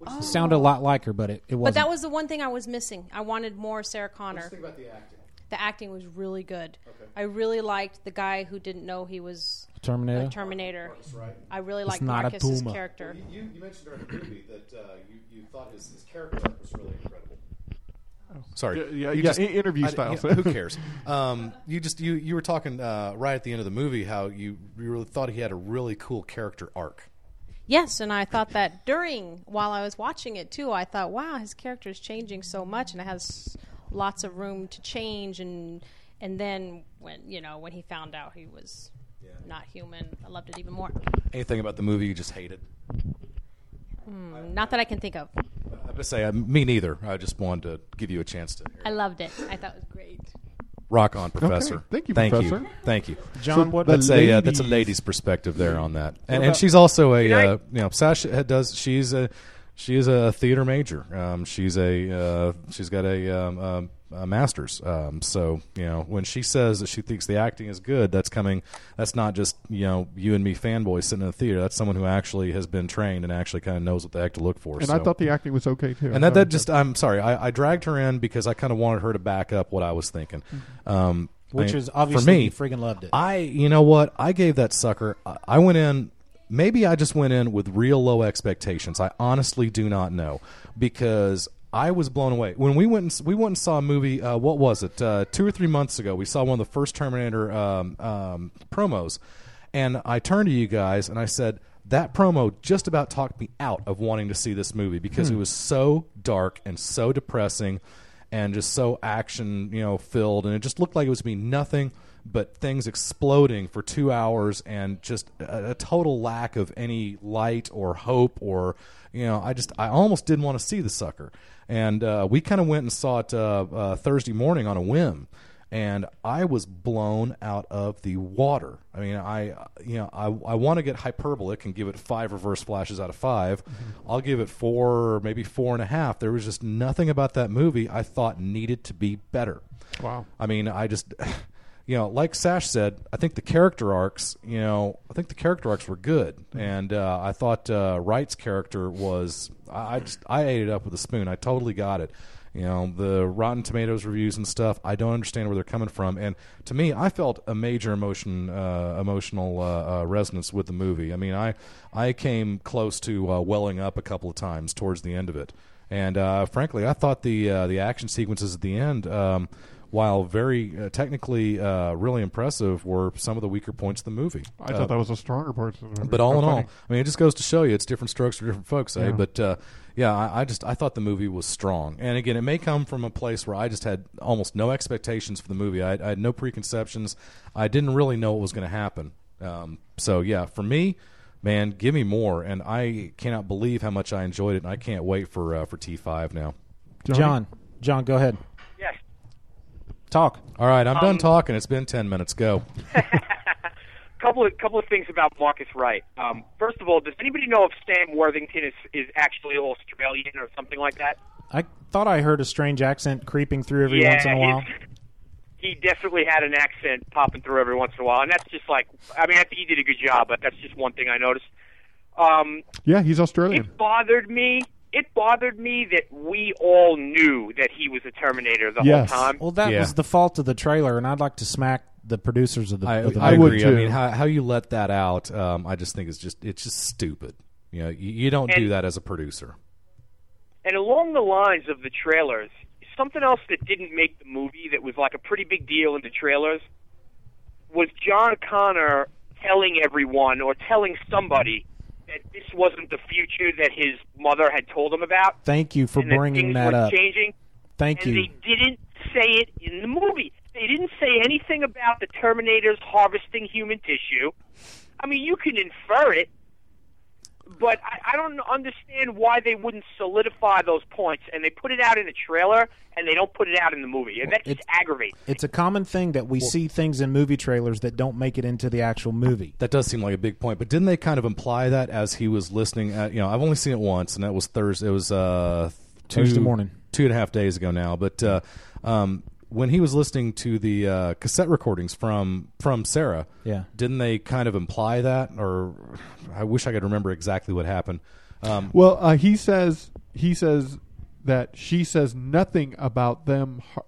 Speaker 14: Oh.
Speaker 12: It sounded a lot like her, but it, it wasn't.
Speaker 14: But that was the one thing I was missing. I wanted more Sarah Connor.
Speaker 16: Let's think about the acting.
Speaker 14: The acting was really good. I really liked the guy who didn't know he was
Speaker 12: A Terminator?
Speaker 14: a Terminator.
Speaker 16: Right.
Speaker 14: I really
Speaker 12: It's
Speaker 14: liked
Speaker 12: not a
Speaker 14: Marcus's
Speaker 12: Puma.
Speaker 14: character.
Speaker 16: You, you mentioned during the movie that uh, you, you thought his, his character arc was really incredible.
Speaker 9: Sorry.
Speaker 11: Yeah, yeah,
Speaker 9: You
Speaker 11: yeah, i- interview
Speaker 9: I-
Speaker 11: style,
Speaker 9: yeah,
Speaker 11: so.
Speaker 9: who cares? Um, you just you you were talking uh, right at the end of the movie how you, you really thought he had a really cool character arc.
Speaker 14: Yes, and I thought that during while I was watching it too, I thought, wow, his character is changing so much, and it has lots of room to change. And and then when you know when he found out he was not human, I loved it even more.
Speaker 9: Anything about the movie you just hated?
Speaker 14: Mm, not that I can think of.
Speaker 9: I would say uh, me neither. I just wanted to give you a chance to
Speaker 14: I loved it. I thought it was great.
Speaker 9: rock on, Professor.
Speaker 11: Thank you,
Speaker 9: thank
Speaker 11: Professor.
Speaker 9: You. Thank you,
Speaker 12: John, So what-
Speaker 9: That's
Speaker 12: the
Speaker 9: a uh, that's a
Speaker 12: ladies-
Speaker 9: lady's perspective there on that, and,
Speaker 12: about-
Speaker 9: and she's also a uh, you know Sasha does she's a she is a theater major. Um, she's a uh, she's got a, um, um, a master's. Um, so you know when she says that she thinks the acting is good, that's coming. That's not just you know you and me fanboys sitting in the theater. That's someone who actually has been trained and actually kind of knows what the heck to look for.
Speaker 11: And
Speaker 9: so.
Speaker 11: I thought the acting was okay too. Uh,
Speaker 9: And that,
Speaker 11: I
Speaker 9: that just, I'm sorry, I, I dragged her in because I kind of wanted her to back up what I was thinking. Um,
Speaker 12: Mm-hmm. Which
Speaker 9: I-
Speaker 12: is
Speaker 9: for
Speaker 12: obviously
Speaker 9: me,
Speaker 12: you friggin' loved it.
Speaker 9: I, you know what? I gave that sucker, I, I went in, maybe I just went in with real low expectations. I honestly do not know because. I was blown away when we went. And, s- we went and saw a movie. Uh, what was it? Uh, two or three months ago, we saw one of the first Terminator um, um, promos, and I turned to you guys and I said, that promo just about talked me out of wanting to see this movie because
Speaker 10: Hmm.
Speaker 9: it was so dark and so depressing and just so action, you know, filled and it just looked like it was going to be nothing but things exploding for 2 hours and just a, a total lack of any light or hope or you know, I just I almost didn't want to see the sucker. And uh, we kind of went and saw it uh, uh, Thursday morning on a whim and I was blown out of the water. I mean, I you know I I want to get hyperbolic and give it five reverse flashes out of 5 i I'll give it four or maybe four and a half. There was just nothing about that movie I thought needed to be better.
Speaker 11: Wow.
Speaker 9: I mean, I just you know, like Sash said, I think the character arcs. You know, I think the character arcs were good, and uh, I thought uh, Wright's character was. I, I just I ate it up with a spoon. I totally got it. You know, the Rotten Tomatoes reviews and stuff. I don't understand where they're coming from, and to me, I felt a major emotion, uh, emotional uh, uh, resonance with the movie. I mean, I I came close to uh, welling up a couple of times towards the end of it, and uh, frankly, I thought the uh, the action sequences at the end. Um, while very uh, technically uh, really impressive, were some of the weaker points of the movie.
Speaker 11: I thought that was a stronger part. Of the movie.
Speaker 9: But all
Speaker 11: How
Speaker 9: in all,
Speaker 11: funny.
Speaker 9: I mean, it just goes to show you it's different strokes for different folks, eh?
Speaker 11: Yeah.
Speaker 9: But uh, yeah, I, I just I thought the movie was strong, and again, it may come from a place where I just had almost no expectations for the movie. I, I had no preconceptions. I didn't really know what was going to happen. Um, so yeah, for me, man, give me more, and I cannot believe how much I enjoyed it, and I can't wait for uh, for T five now.
Speaker 12: John, John, go ahead.
Speaker 13: Yes.
Speaker 12: Talk.
Speaker 9: All right, I'm done
Speaker 13: Um,
Speaker 9: talking. It's been ten minutes. Go.
Speaker 13: couple of couple of things about Marcus Wright. Um, first of all, does anybody know if Sam Worthington is is actually Australian or something like that?
Speaker 12: I thought I heard a strange accent creeping through every
Speaker 13: Yeah,
Speaker 12: once in a while.
Speaker 13: He definitely had an accent popping through every once in a while, and that's just like I mean I think he did a good job, but that's just one thing I noticed. Um,
Speaker 11: yeah, he's Australian.
Speaker 13: it bothered me. It bothered me that we all knew that he was a Terminator the whole time.
Speaker 12: Well, that was the fault of the trailer, and I'd like to smack the producers of the.
Speaker 9: I,
Speaker 12: of the
Speaker 9: I
Speaker 12: movie.
Speaker 9: agree. I mean, how, how you let that out? Um, I just think it's just it's just stupid. You know, you, you don't do
Speaker 13: And-
Speaker 9: that as a producer.
Speaker 13: And along the lines of the trailers, something else that didn't make the movie that was like a pretty big deal in the trailers was John Connor telling everyone or telling somebody that this wasn't the future that his mother had told him about.
Speaker 12: Thank you for
Speaker 13: and that
Speaker 12: bringing
Speaker 13: things
Speaker 12: that
Speaker 13: were
Speaker 12: up.
Speaker 13: Changing.
Speaker 12: Thank
Speaker 13: and
Speaker 12: you.
Speaker 13: They didn't say it in the movie. They didn't say anything about the Terminators harvesting human tissue. I mean, you can infer it, but I, I don't understand why they wouldn't solidify those points. And they put it out in a trailer, and they don't put it out in the movie, and that just aggravates.
Speaker 12: It's a common thing that we see things in movie trailers that don't make it into the actual movie.
Speaker 9: That does seem like a big point, but didn't they kind of imply that as he was listening? At, you know, I've only seen it once, and that was Thursday. It was uh, two,
Speaker 12: Thursday morning.
Speaker 9: two and a half days ago now. But uh, um, when he was listening to the uh, cassette recordings from from Sarah,
Speaker 12: Yeah.
Speaker 9: didn't they kind of imply that? Or I wish I could remember exactly what happened. Um,
Speaker 11: Well, uh, he says he says that she says nothing about them har-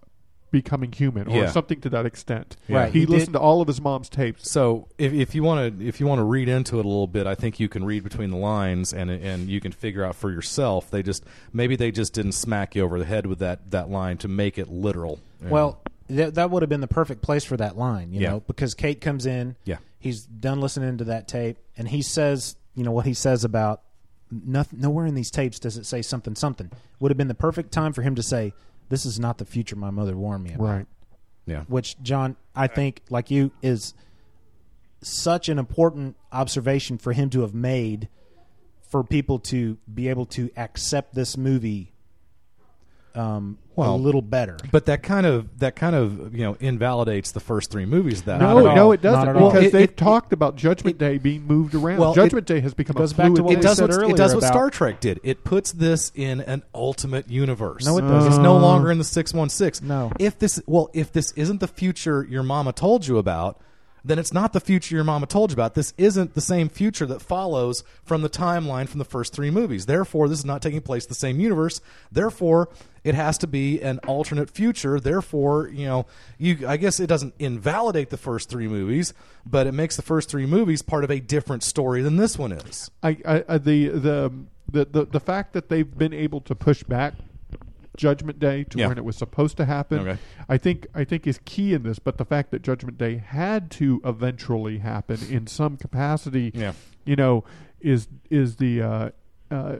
Speaker 11: becoming human or
Speaker 9: Yeah.
Speaker 11: something to that extent.
Speaker 9: Yeah. Right,
Speaker 11: He,
Speaker 9: he did-
Speaker 11: listened to all of his mom's tapes.
Speaker 9: So if, if you want to if you want to read into it a little bit, I think you can read between the lines and and you can figure out for yourself. They just maybe they just didn't smack you over the head with that that line to make it literal. you know.
Speaker 12: Well, that that would have been the perfect place for that line, you
Speaker 9: Yeah.
Speaker 12: know, because Kate comes in.
Speaker 9: Yeah.
Speaker 12: He's done listening to that tape, and he says, you know, what he says about nothing. Nowhere in these tapes does it say something. Something would have been the perfect time for him to say, "This is not the future my mother warned me about."
Speaker 11: Right.
Speaker 9: Yeah.
Speaker 12: Which John, I think, like you, is such an important observation for him to have made for people to be able to accept this movie um, a
Speaker 9: Well,
Speaker 12: little better.
Speaker 9: but that kind of that kind of you know invalidates the first three movies. That
Speaker 11: No, no, it doesn't because
Speaker 9: Well, it-
Speaker 11: they've
Speaker 9: it-
Speaker 11: talked about Judgment Day being moved around.
Speaker 9: Well, it-
Speaker 11: Judgment Day has become a fluid
Speaker 9: it does what, it does what Star Trek did. It puts this in an ultimate universe.
Speaker 12: No, it doesn't.
Speaker 9: It's no
Speaker 12: Uh,
Speaker 9: longer in the six one six.
Speaker 12: No.
Speaker 9: If this well, if this isn't the future your mama told you about, then it's not the future your mama told you about. This isn't the same future that follows from the timeline from the first three movies. Therefore, this is not taking place in the same universe. Therefore, it has to be an alternate future. Therefore, you know, you I guess it doesn't invalidate the first three movies, but it makes the first three movies part of a different story than this one is.
Speaker 11: I, I, I the, the the the the fact that they've been able to push back Judgment Day to
Speaker 9: Yeah.
Speaker 11: when it was supposed to happen,
Speaker 9: Okay.
Speaker 11: I think I think is key in this. But the fact that Judgment Day had to eventually happen in some capacity,
Speaker 9: Yeah.
Speaker 11: you know, is is the uh, uh,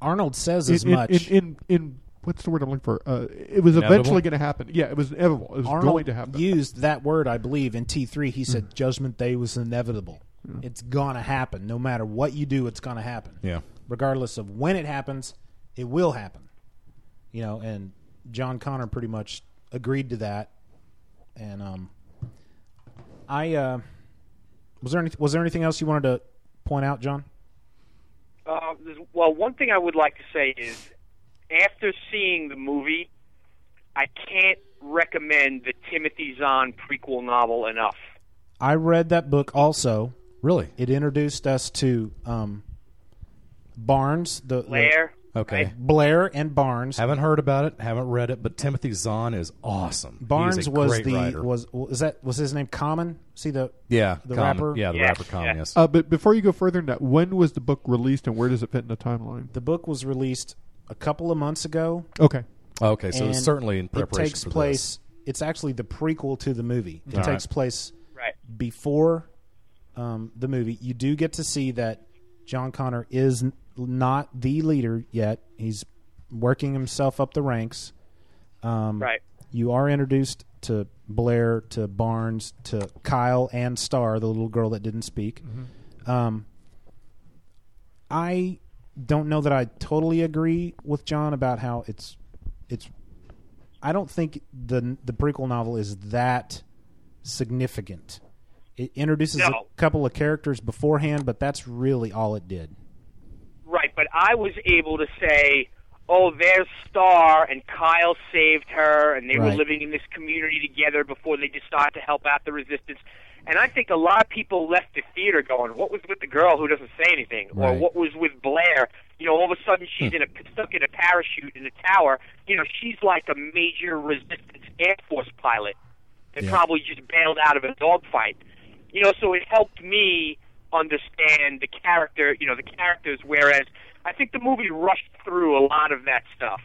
Speaker 12: Arnold says
Speaker 11: in-
Speaker 12: as
Speaker 11: in-
Speaker 12: much.
Speaker 11: in, in in what's the word I'm looking for? Uh, it was
Speaker 12: Inevitable?
Speaker 11: eventually going to happen. Yeah, it was inevitable. It was
Speaker 12: Arnold
Speaker 11: going to happen. Hmm.
Speaker 12: used that word, I believe, in T three. He said Judgment Day was inevitable. It's gonna happen. No matter what you do, it's gonna happen.
Speaker 9: Yeah.
Speaker 12: Regardless of when it happens, it will happen. You know, and John Connor pretty much agreed to that. And um, I uh, was there any, was there anything else you wanted to point out, John?
Speaker 13: Uh, there's- well, one thing I would like to say is, after seeing the movie, I can't recommend the Timothy Zahn prequel novel enough.
Speaker 12: I read that book also.
Speaker 9: Really?
Speaker 12: It introduced us to um, Barnes, the
Speaker 13: Blair,
Speaker 12: the-
Speaker 9: Okay. right?
Speaker 12: Blair and Barnes.
Speaker 9: Haven't heard about it. Haven't read it. But Timothy Zahn is awesome. He is
Speaker 12: Barnes
Speaker 9: a
Speaker 12: was
Speaker 9: great
Speaker 12: the
Speaker 9: writer.
Speaker 12: was was that was his name Common? See the
Speaker 9: yeah
Speaker 12: the
Speaker 9: Common.
Speaker 12: rapper
Speaker 9: Yeah, the rapper Common. Yes.
Speaker 11: Uh, but before you go further than that, when was the book released and where does it fit in the timeline?
Speaker 12: The book was released a couple of months ago.
Speaker 11: Okay.
Speaker 9: Oh, Okay, so it's
Speaker 12: and
Speaker 9: certainly in
Speaker 12: It
Speaker 9: preparation
Speaker 12: takes
Speaker 9: for this.
Speaker 12: place. It's actually the prequel to the movie. It
Speaker 9: All
Speaker 12: takes
Speaker 9: right.
Speaker 12: place
Speaker 13: Right.
Speaker 12: before um, the movie. You do get to see that John Connor is n- not the leader yet. He's working himself up the ranks. Um,
Speaker 13: Right.
Speaker 12: You are introduced to Blair, to Barnes, to Kyle, and Star, the little girl that didn't speak. Um, I don't know that I totally agree with John about how it's it's. I don't think the the prequel novel is that significant. It introduces
Speaker 13: No.
Speaker 12: a couple of characters beforehand, but that's really all it did.
Speaker 13: Right, but I was able to say, "Oh, there's Star, and Kyle saved her, and they were
Speaker 12: Right.
Speaker 13: living in this community together before they decided to help out the resistance." And I think a lot of people left the theater going, "What was with the girl who doesn't say anything?" Or
Speaker 12: Right. Hmm.
Speaker 13: "What was with Blair?" You know, all of a sudden she's in a stuck in a parachute in a tower. You know, she's like a major resistance air force pilot that
Speaker 15: Yeah.
Speaker 13: probably just bailed out of a dogfight. You know, so it helped me understand the character, you know, the characters. Whereas I think the movie rushed through a lot of that stuff.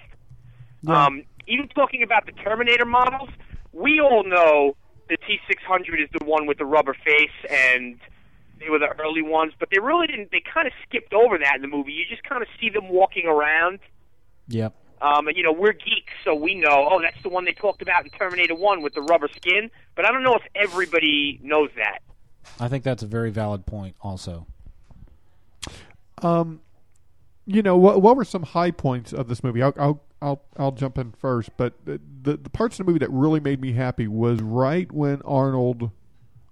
Speaker 13: Um, even talking about the Terminator models, we all know the T600 is the one with the rubber face, and they were the early ones. But they really didn't. They kind of skipped over that in the movie. You just kind of see them walking around.
Speaker 12: Yep.
Speaker 13: Um, and you know, we're geeks, so we know. Oh, that's the one they talked about in Terminator One with the rubber skin. But I don't know if everybody knows that.
Speaker 12: I think that's a very valid point. Also,
Speaker 11: Um, you know what? What were some high points of this movie? I'll I'll I'll, I'll jump in first, but the, the the parts of the movie that really made me happy was right when Arnold,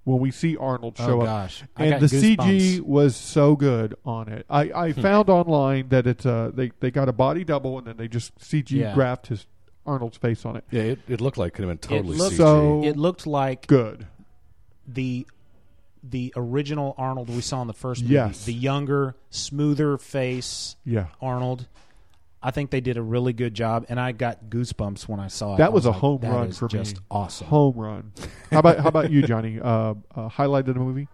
Speaker 11: when we see Arnold
Speaker 12: Oh,
Speaker 11: show
Speaker 12: gosh.
Speaker 11: up,
Speaker 12: I
Speaker 11: and
Speaker 12: got
Speaker 11: the
Speaker 12: goosebumps.
Speaker 11: CG was so good on it. I I
Speaker 12: Hmm.
Speaker 11: found online that it's uh they they got a body double and then they just CG
Speaker 12: Yeah.
Speaker 11: graphed his Arnold's face on it.
Speaker 9: Yeah, it, it looked like it could have been
Speaker 11: totally
Speaker 12: it looked,
Speaker 11: CG. So
Speaker 12: it looked like
Speaker 11: good.
Speaker 12: The the original Arnold we saw in the first movie,
Speaker 11: Yes.
Speaker 12: the younger, smoother face,
Speaker 11: Yeah.
Speaker 12: Arnold. I think they did a really good job, and I got goosebumps when I saw it. I
Speaker 11: That was a
Speaker 12: like,
Speaker 11: home
Speaker 12: "That
Speaker 11: run
Speaker 12: is
Speaker 11: for
Speaker 12: just
Speaker 11: me.
Speaker 12: Awesome
Speaker 11: home run. How about how about you, Johnny? Uh, uh, highlight of the movie.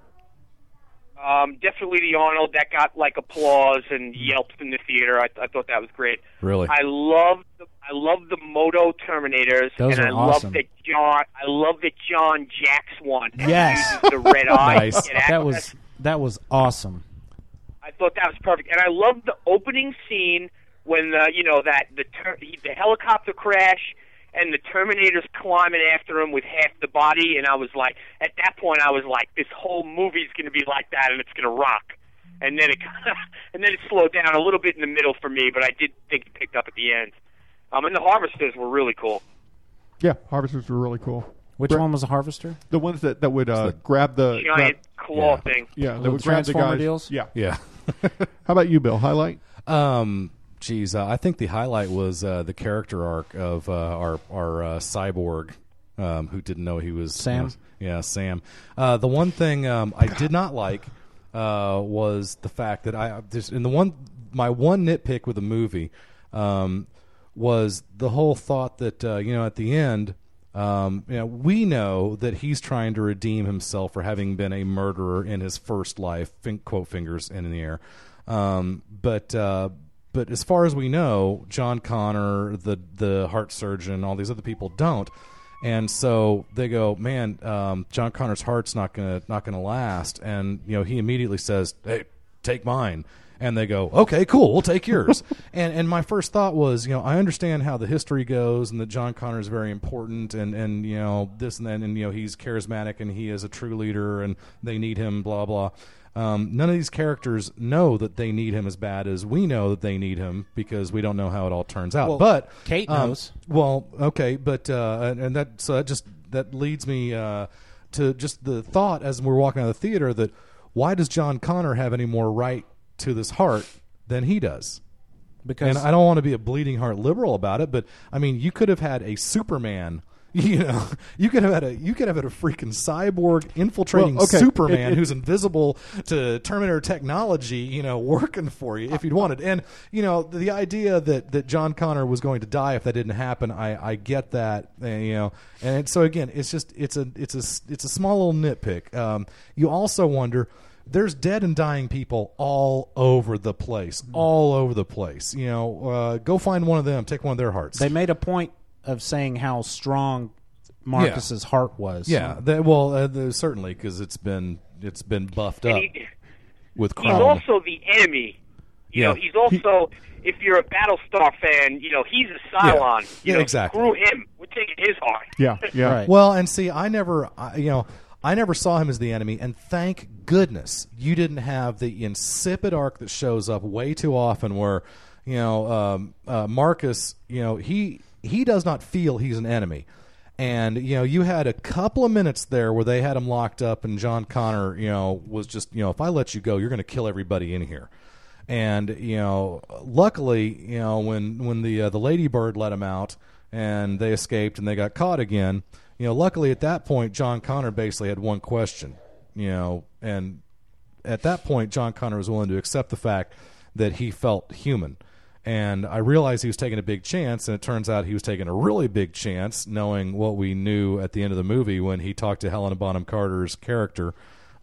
Speaker 13: Um, definitely the Arnold that got like applause and yelps in the theater. I, I thought that was great.
Speaker 9: Really?
Speaker 13: I love the, I love the Moto Terminators,
Speaker 9: Those
Speaker 13: and
Speaker 9: are
Speaker 13: I love
Speaker 9: awesome.
Speaker 13: that John. I love that John Jacks one. and
Speaker 12: Yes.
Speaker 13: uses the red eye. to
Speaker 12: Nice.
Speaker 13: get access.
Speaker 12: That was that was awesome.
Speaker 13: I thought that was perfect, and I loved the opening scene when the you know that the ter- the helicopter crash and the Terminator's climbing after him with half the body, and I was like, at that point, I was like, this whole movie's going to be like that, and it's going to rock. And then it and then it slowed down a little bit in the middle for me, but I did think it picked up at the end. Um, and the harvesters were really cool.
Speaker 11: Yeah, harvesters were really cool.
Speaker 12: Which
Speaker 11: Brett-
Speaker 12: one was a harvester?
Speaker 11: The ones that, that would uh, grab the
Speaker 13: Giant
Speaker 11: grab-
Speaker 13: claw
Speaker 11: yeah.
Speaker 13: thing.
Speaker 11: Yeah, that
Speaker 12: Little
Speaker 11: would grab the
Speaker 12: Transformer
Speaker 11: guys.
Speaker 12: deals?
Speaker 11: Yeah,
Speaker 9: Yeah.
Speaker 11: How about you, Bill? Highlight.
Speaker 9: Um, geez, uh, I think the highlight was uh, the character arc of uh, our our uh, cyborg, um, who didn't know he was
Speaker 12: Sam?
Speaker 9: yeah, Sam. Uh, the one thing um, I did not like uh, was the fact that I just in the one my one nitpick with the movie um, was the whole thought that uh, you know at the end. Um, you know, we know that he's trying to redeem himself for having been a murderer in his first life. Fin- quote fingers in the air, um, but uh, but as far as we know, John Connor, the the heart surgeon, all these other people don't. And so they go, man, um, John Connor's heart's not gonna not gonna last. And you know, he immediately says, hey, take mine. And they go, okay, cool, we'll take yours. and and my first thought was, you know, I understand how the history goes, and that John Connor is very important, and and you know this and then, and you know he's charismatic, and he is a true leader, and they need him, blah blah. Um, none of these characters know that they need him as bad as we know that they need him because we don't know how it all turns out.
Speaker 12: Well,
Speaker 9: but
Speaker 12: Kate
Speaker 9: um,
Speaker 12: knows.
Speaker 9: well, okay, but uh, and, and that so that just that leads me uh, to just the thought as we're walking out of the theater that why does John Connor have any more right to this heart than he does?
Speaker 12: Because-
Speaker 9: and I don't want to be a bleeding heart liberal about it, but I mean, you could have had a Superman. You know, you could have had a you could have had a freaking cyborg infiltrating
Speaker 11: Well, okay,
Speaker 9: Superman
Speaker 11: it- it-
Speaker 9: who's invisible to Terminator technology, you know, working for you if you'd wanted. And you know, the idea that that John Connor was going to die if that didn't happen, I I get that, and, you know. And it- so again, it's just it's a it's a it's a small little nitpick. Um, you also wonder. There's dead and dying people all over the place, all over the place. You know, uh, go find one of them, take one of their hearts.
Speaker 12: They made a point of saying how strong Marcus's heart was.
Speaker 9: Yeah, that, well, uh, the, certainly because it's been it's been buffed up
Speaker 13: he-
Speaker 9: with
Speaker 13: He's
Speaker 9: crime.
Speaker 13: also the enemy. You
Speaker 9: Yeah.
Speaker 13: know, he's also if you're a Battlestar fan, you know, he's a Cylon.
Speaker 9: Yeah.
Speaker 13: You
Speaker 9: Yeah,
Speaker 13: know,
Speaker 9: exactly.
Speaker 13: Screw him. We're taking his heart.
Speaker 9: Well, and see, I never, I, you know, I never saw him as the enemy, and thank goodness you didn't have the insipid arc that shows up way too often, where, you know, um, uh, Marcus, you know, he he does not feel he's an enemy. And you know, you had a couple of minutes there where they had him locked up, and John Connor, you know, was just, you know, if I let you go, you're going to kill everybody in here and you know luckily you know when when the uh, the ladybird let him out and they escaped and they got caught again you know luckily at that point john connor basically had one question you know and at that point john connor was willing to accept the fact that he felt human and i realized he was taking a big chance and it turns out he was taking a really big chance knowing what we knew at the end of the movie when he talked to helena bonham carter's character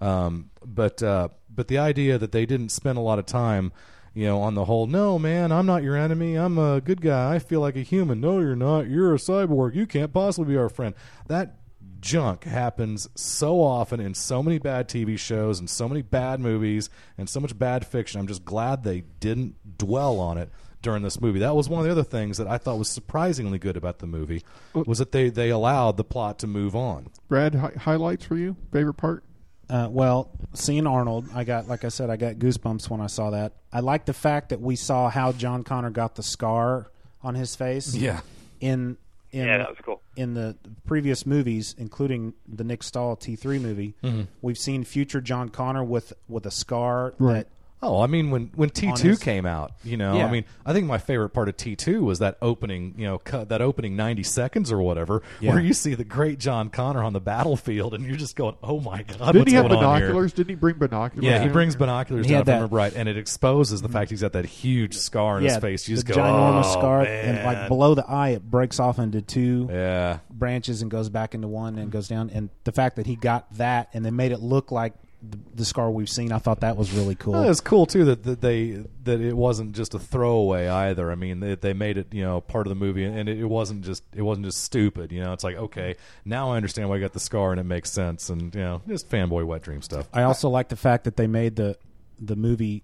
Speaker 9: um, but uh, but the idea that they didn't spend a lot of time, you know, on the whole, no man, I'm not your enemy. I'm a good guy. I feel like a human. No, you're not. You're a cyborg. You can't possibly be our friend. That junk happens so often in so many bad TV shows and so many bad movies and so much bad fiction. I'm just glad they didn't dwell on it during this movie. That was one of the other things that I thought was surprisingly good about the movie was that they they allowed the plot to move on.
Speaker 11: Brad, hi- highlights for you? Favorite part?
Speaker 12: Uh, well, seeing Arnold, I got like I said, I got goosebumps when I saw that. I like the fact that we saw how John Connor got the scar on his face.
Speaker 9: Yeah.
Speaker 12: In in
Speaker 13: Yeah, that was cool.
Speaker 12: in the previous movies, including the Nick Stahl T three movie,
Speaker 9: Mhm.
Speaker 12: we've seen future John Connor with with a scar that
Speaker 9: Oh, I mean, when when T
Speaker 12: On
Speaker 9: two
Speaker 12: his-
Speaker 9: came out, you know,
Speaker 12: Yeah.
Speaker 9: I mean, I think my favorite part of T two was that opening, you know, cut, that opening ninety seconds or whatever,
Speaker 11: Yeah.
Speaker 9: where you see the great John Connor on the battlefield, and you're just going, "Oh my god!"
Speaker 11: Didn't
Speaker 9: what's
Speaker 11: he have
Speaker 9: going on here?"
Speaker 11: binoculars? Didn't he bring binoculars?
Speaker 9: Yeah, he
Speaker 11: down?
Speaker 9: brings binoculars
Speaker 12: He
Speaker 9: down,
Speaker 12: had
Speaker 9: if I
Speaker 12: that-
Speaker 9: remember right, and it exposes the fact he's got that huge scar in his
Speaker 12: Yeah,
Speaker 9: face.
Speaker 12: the
Speaker 9: You just go,
Speaker 12: ginormous
Speaker 9: "Oh,
Speaker 12: scar,
Speaker 9: man."
Speaker 12: and like below the eye, it breaks off into two
Speaker 9: yeah. Mm-hmm.
Speaker 12: branches and goes back into one and goes down. And the fact that he got that and then made it look like the, the scar we've seen, I thought that was really cool.
Speaker 9: Well, it's cool too that, that they that it wasn't just a throwaway either. I mean, they, they made it you know part of the movie, and it, it wasn't just it wasn't just stupid. You know, it's like okay, now I understand why I got the scar, and it makes sense, and you know, just fanboy wet dream stuff.
Speaker 12: I also like the fact that they made the the movie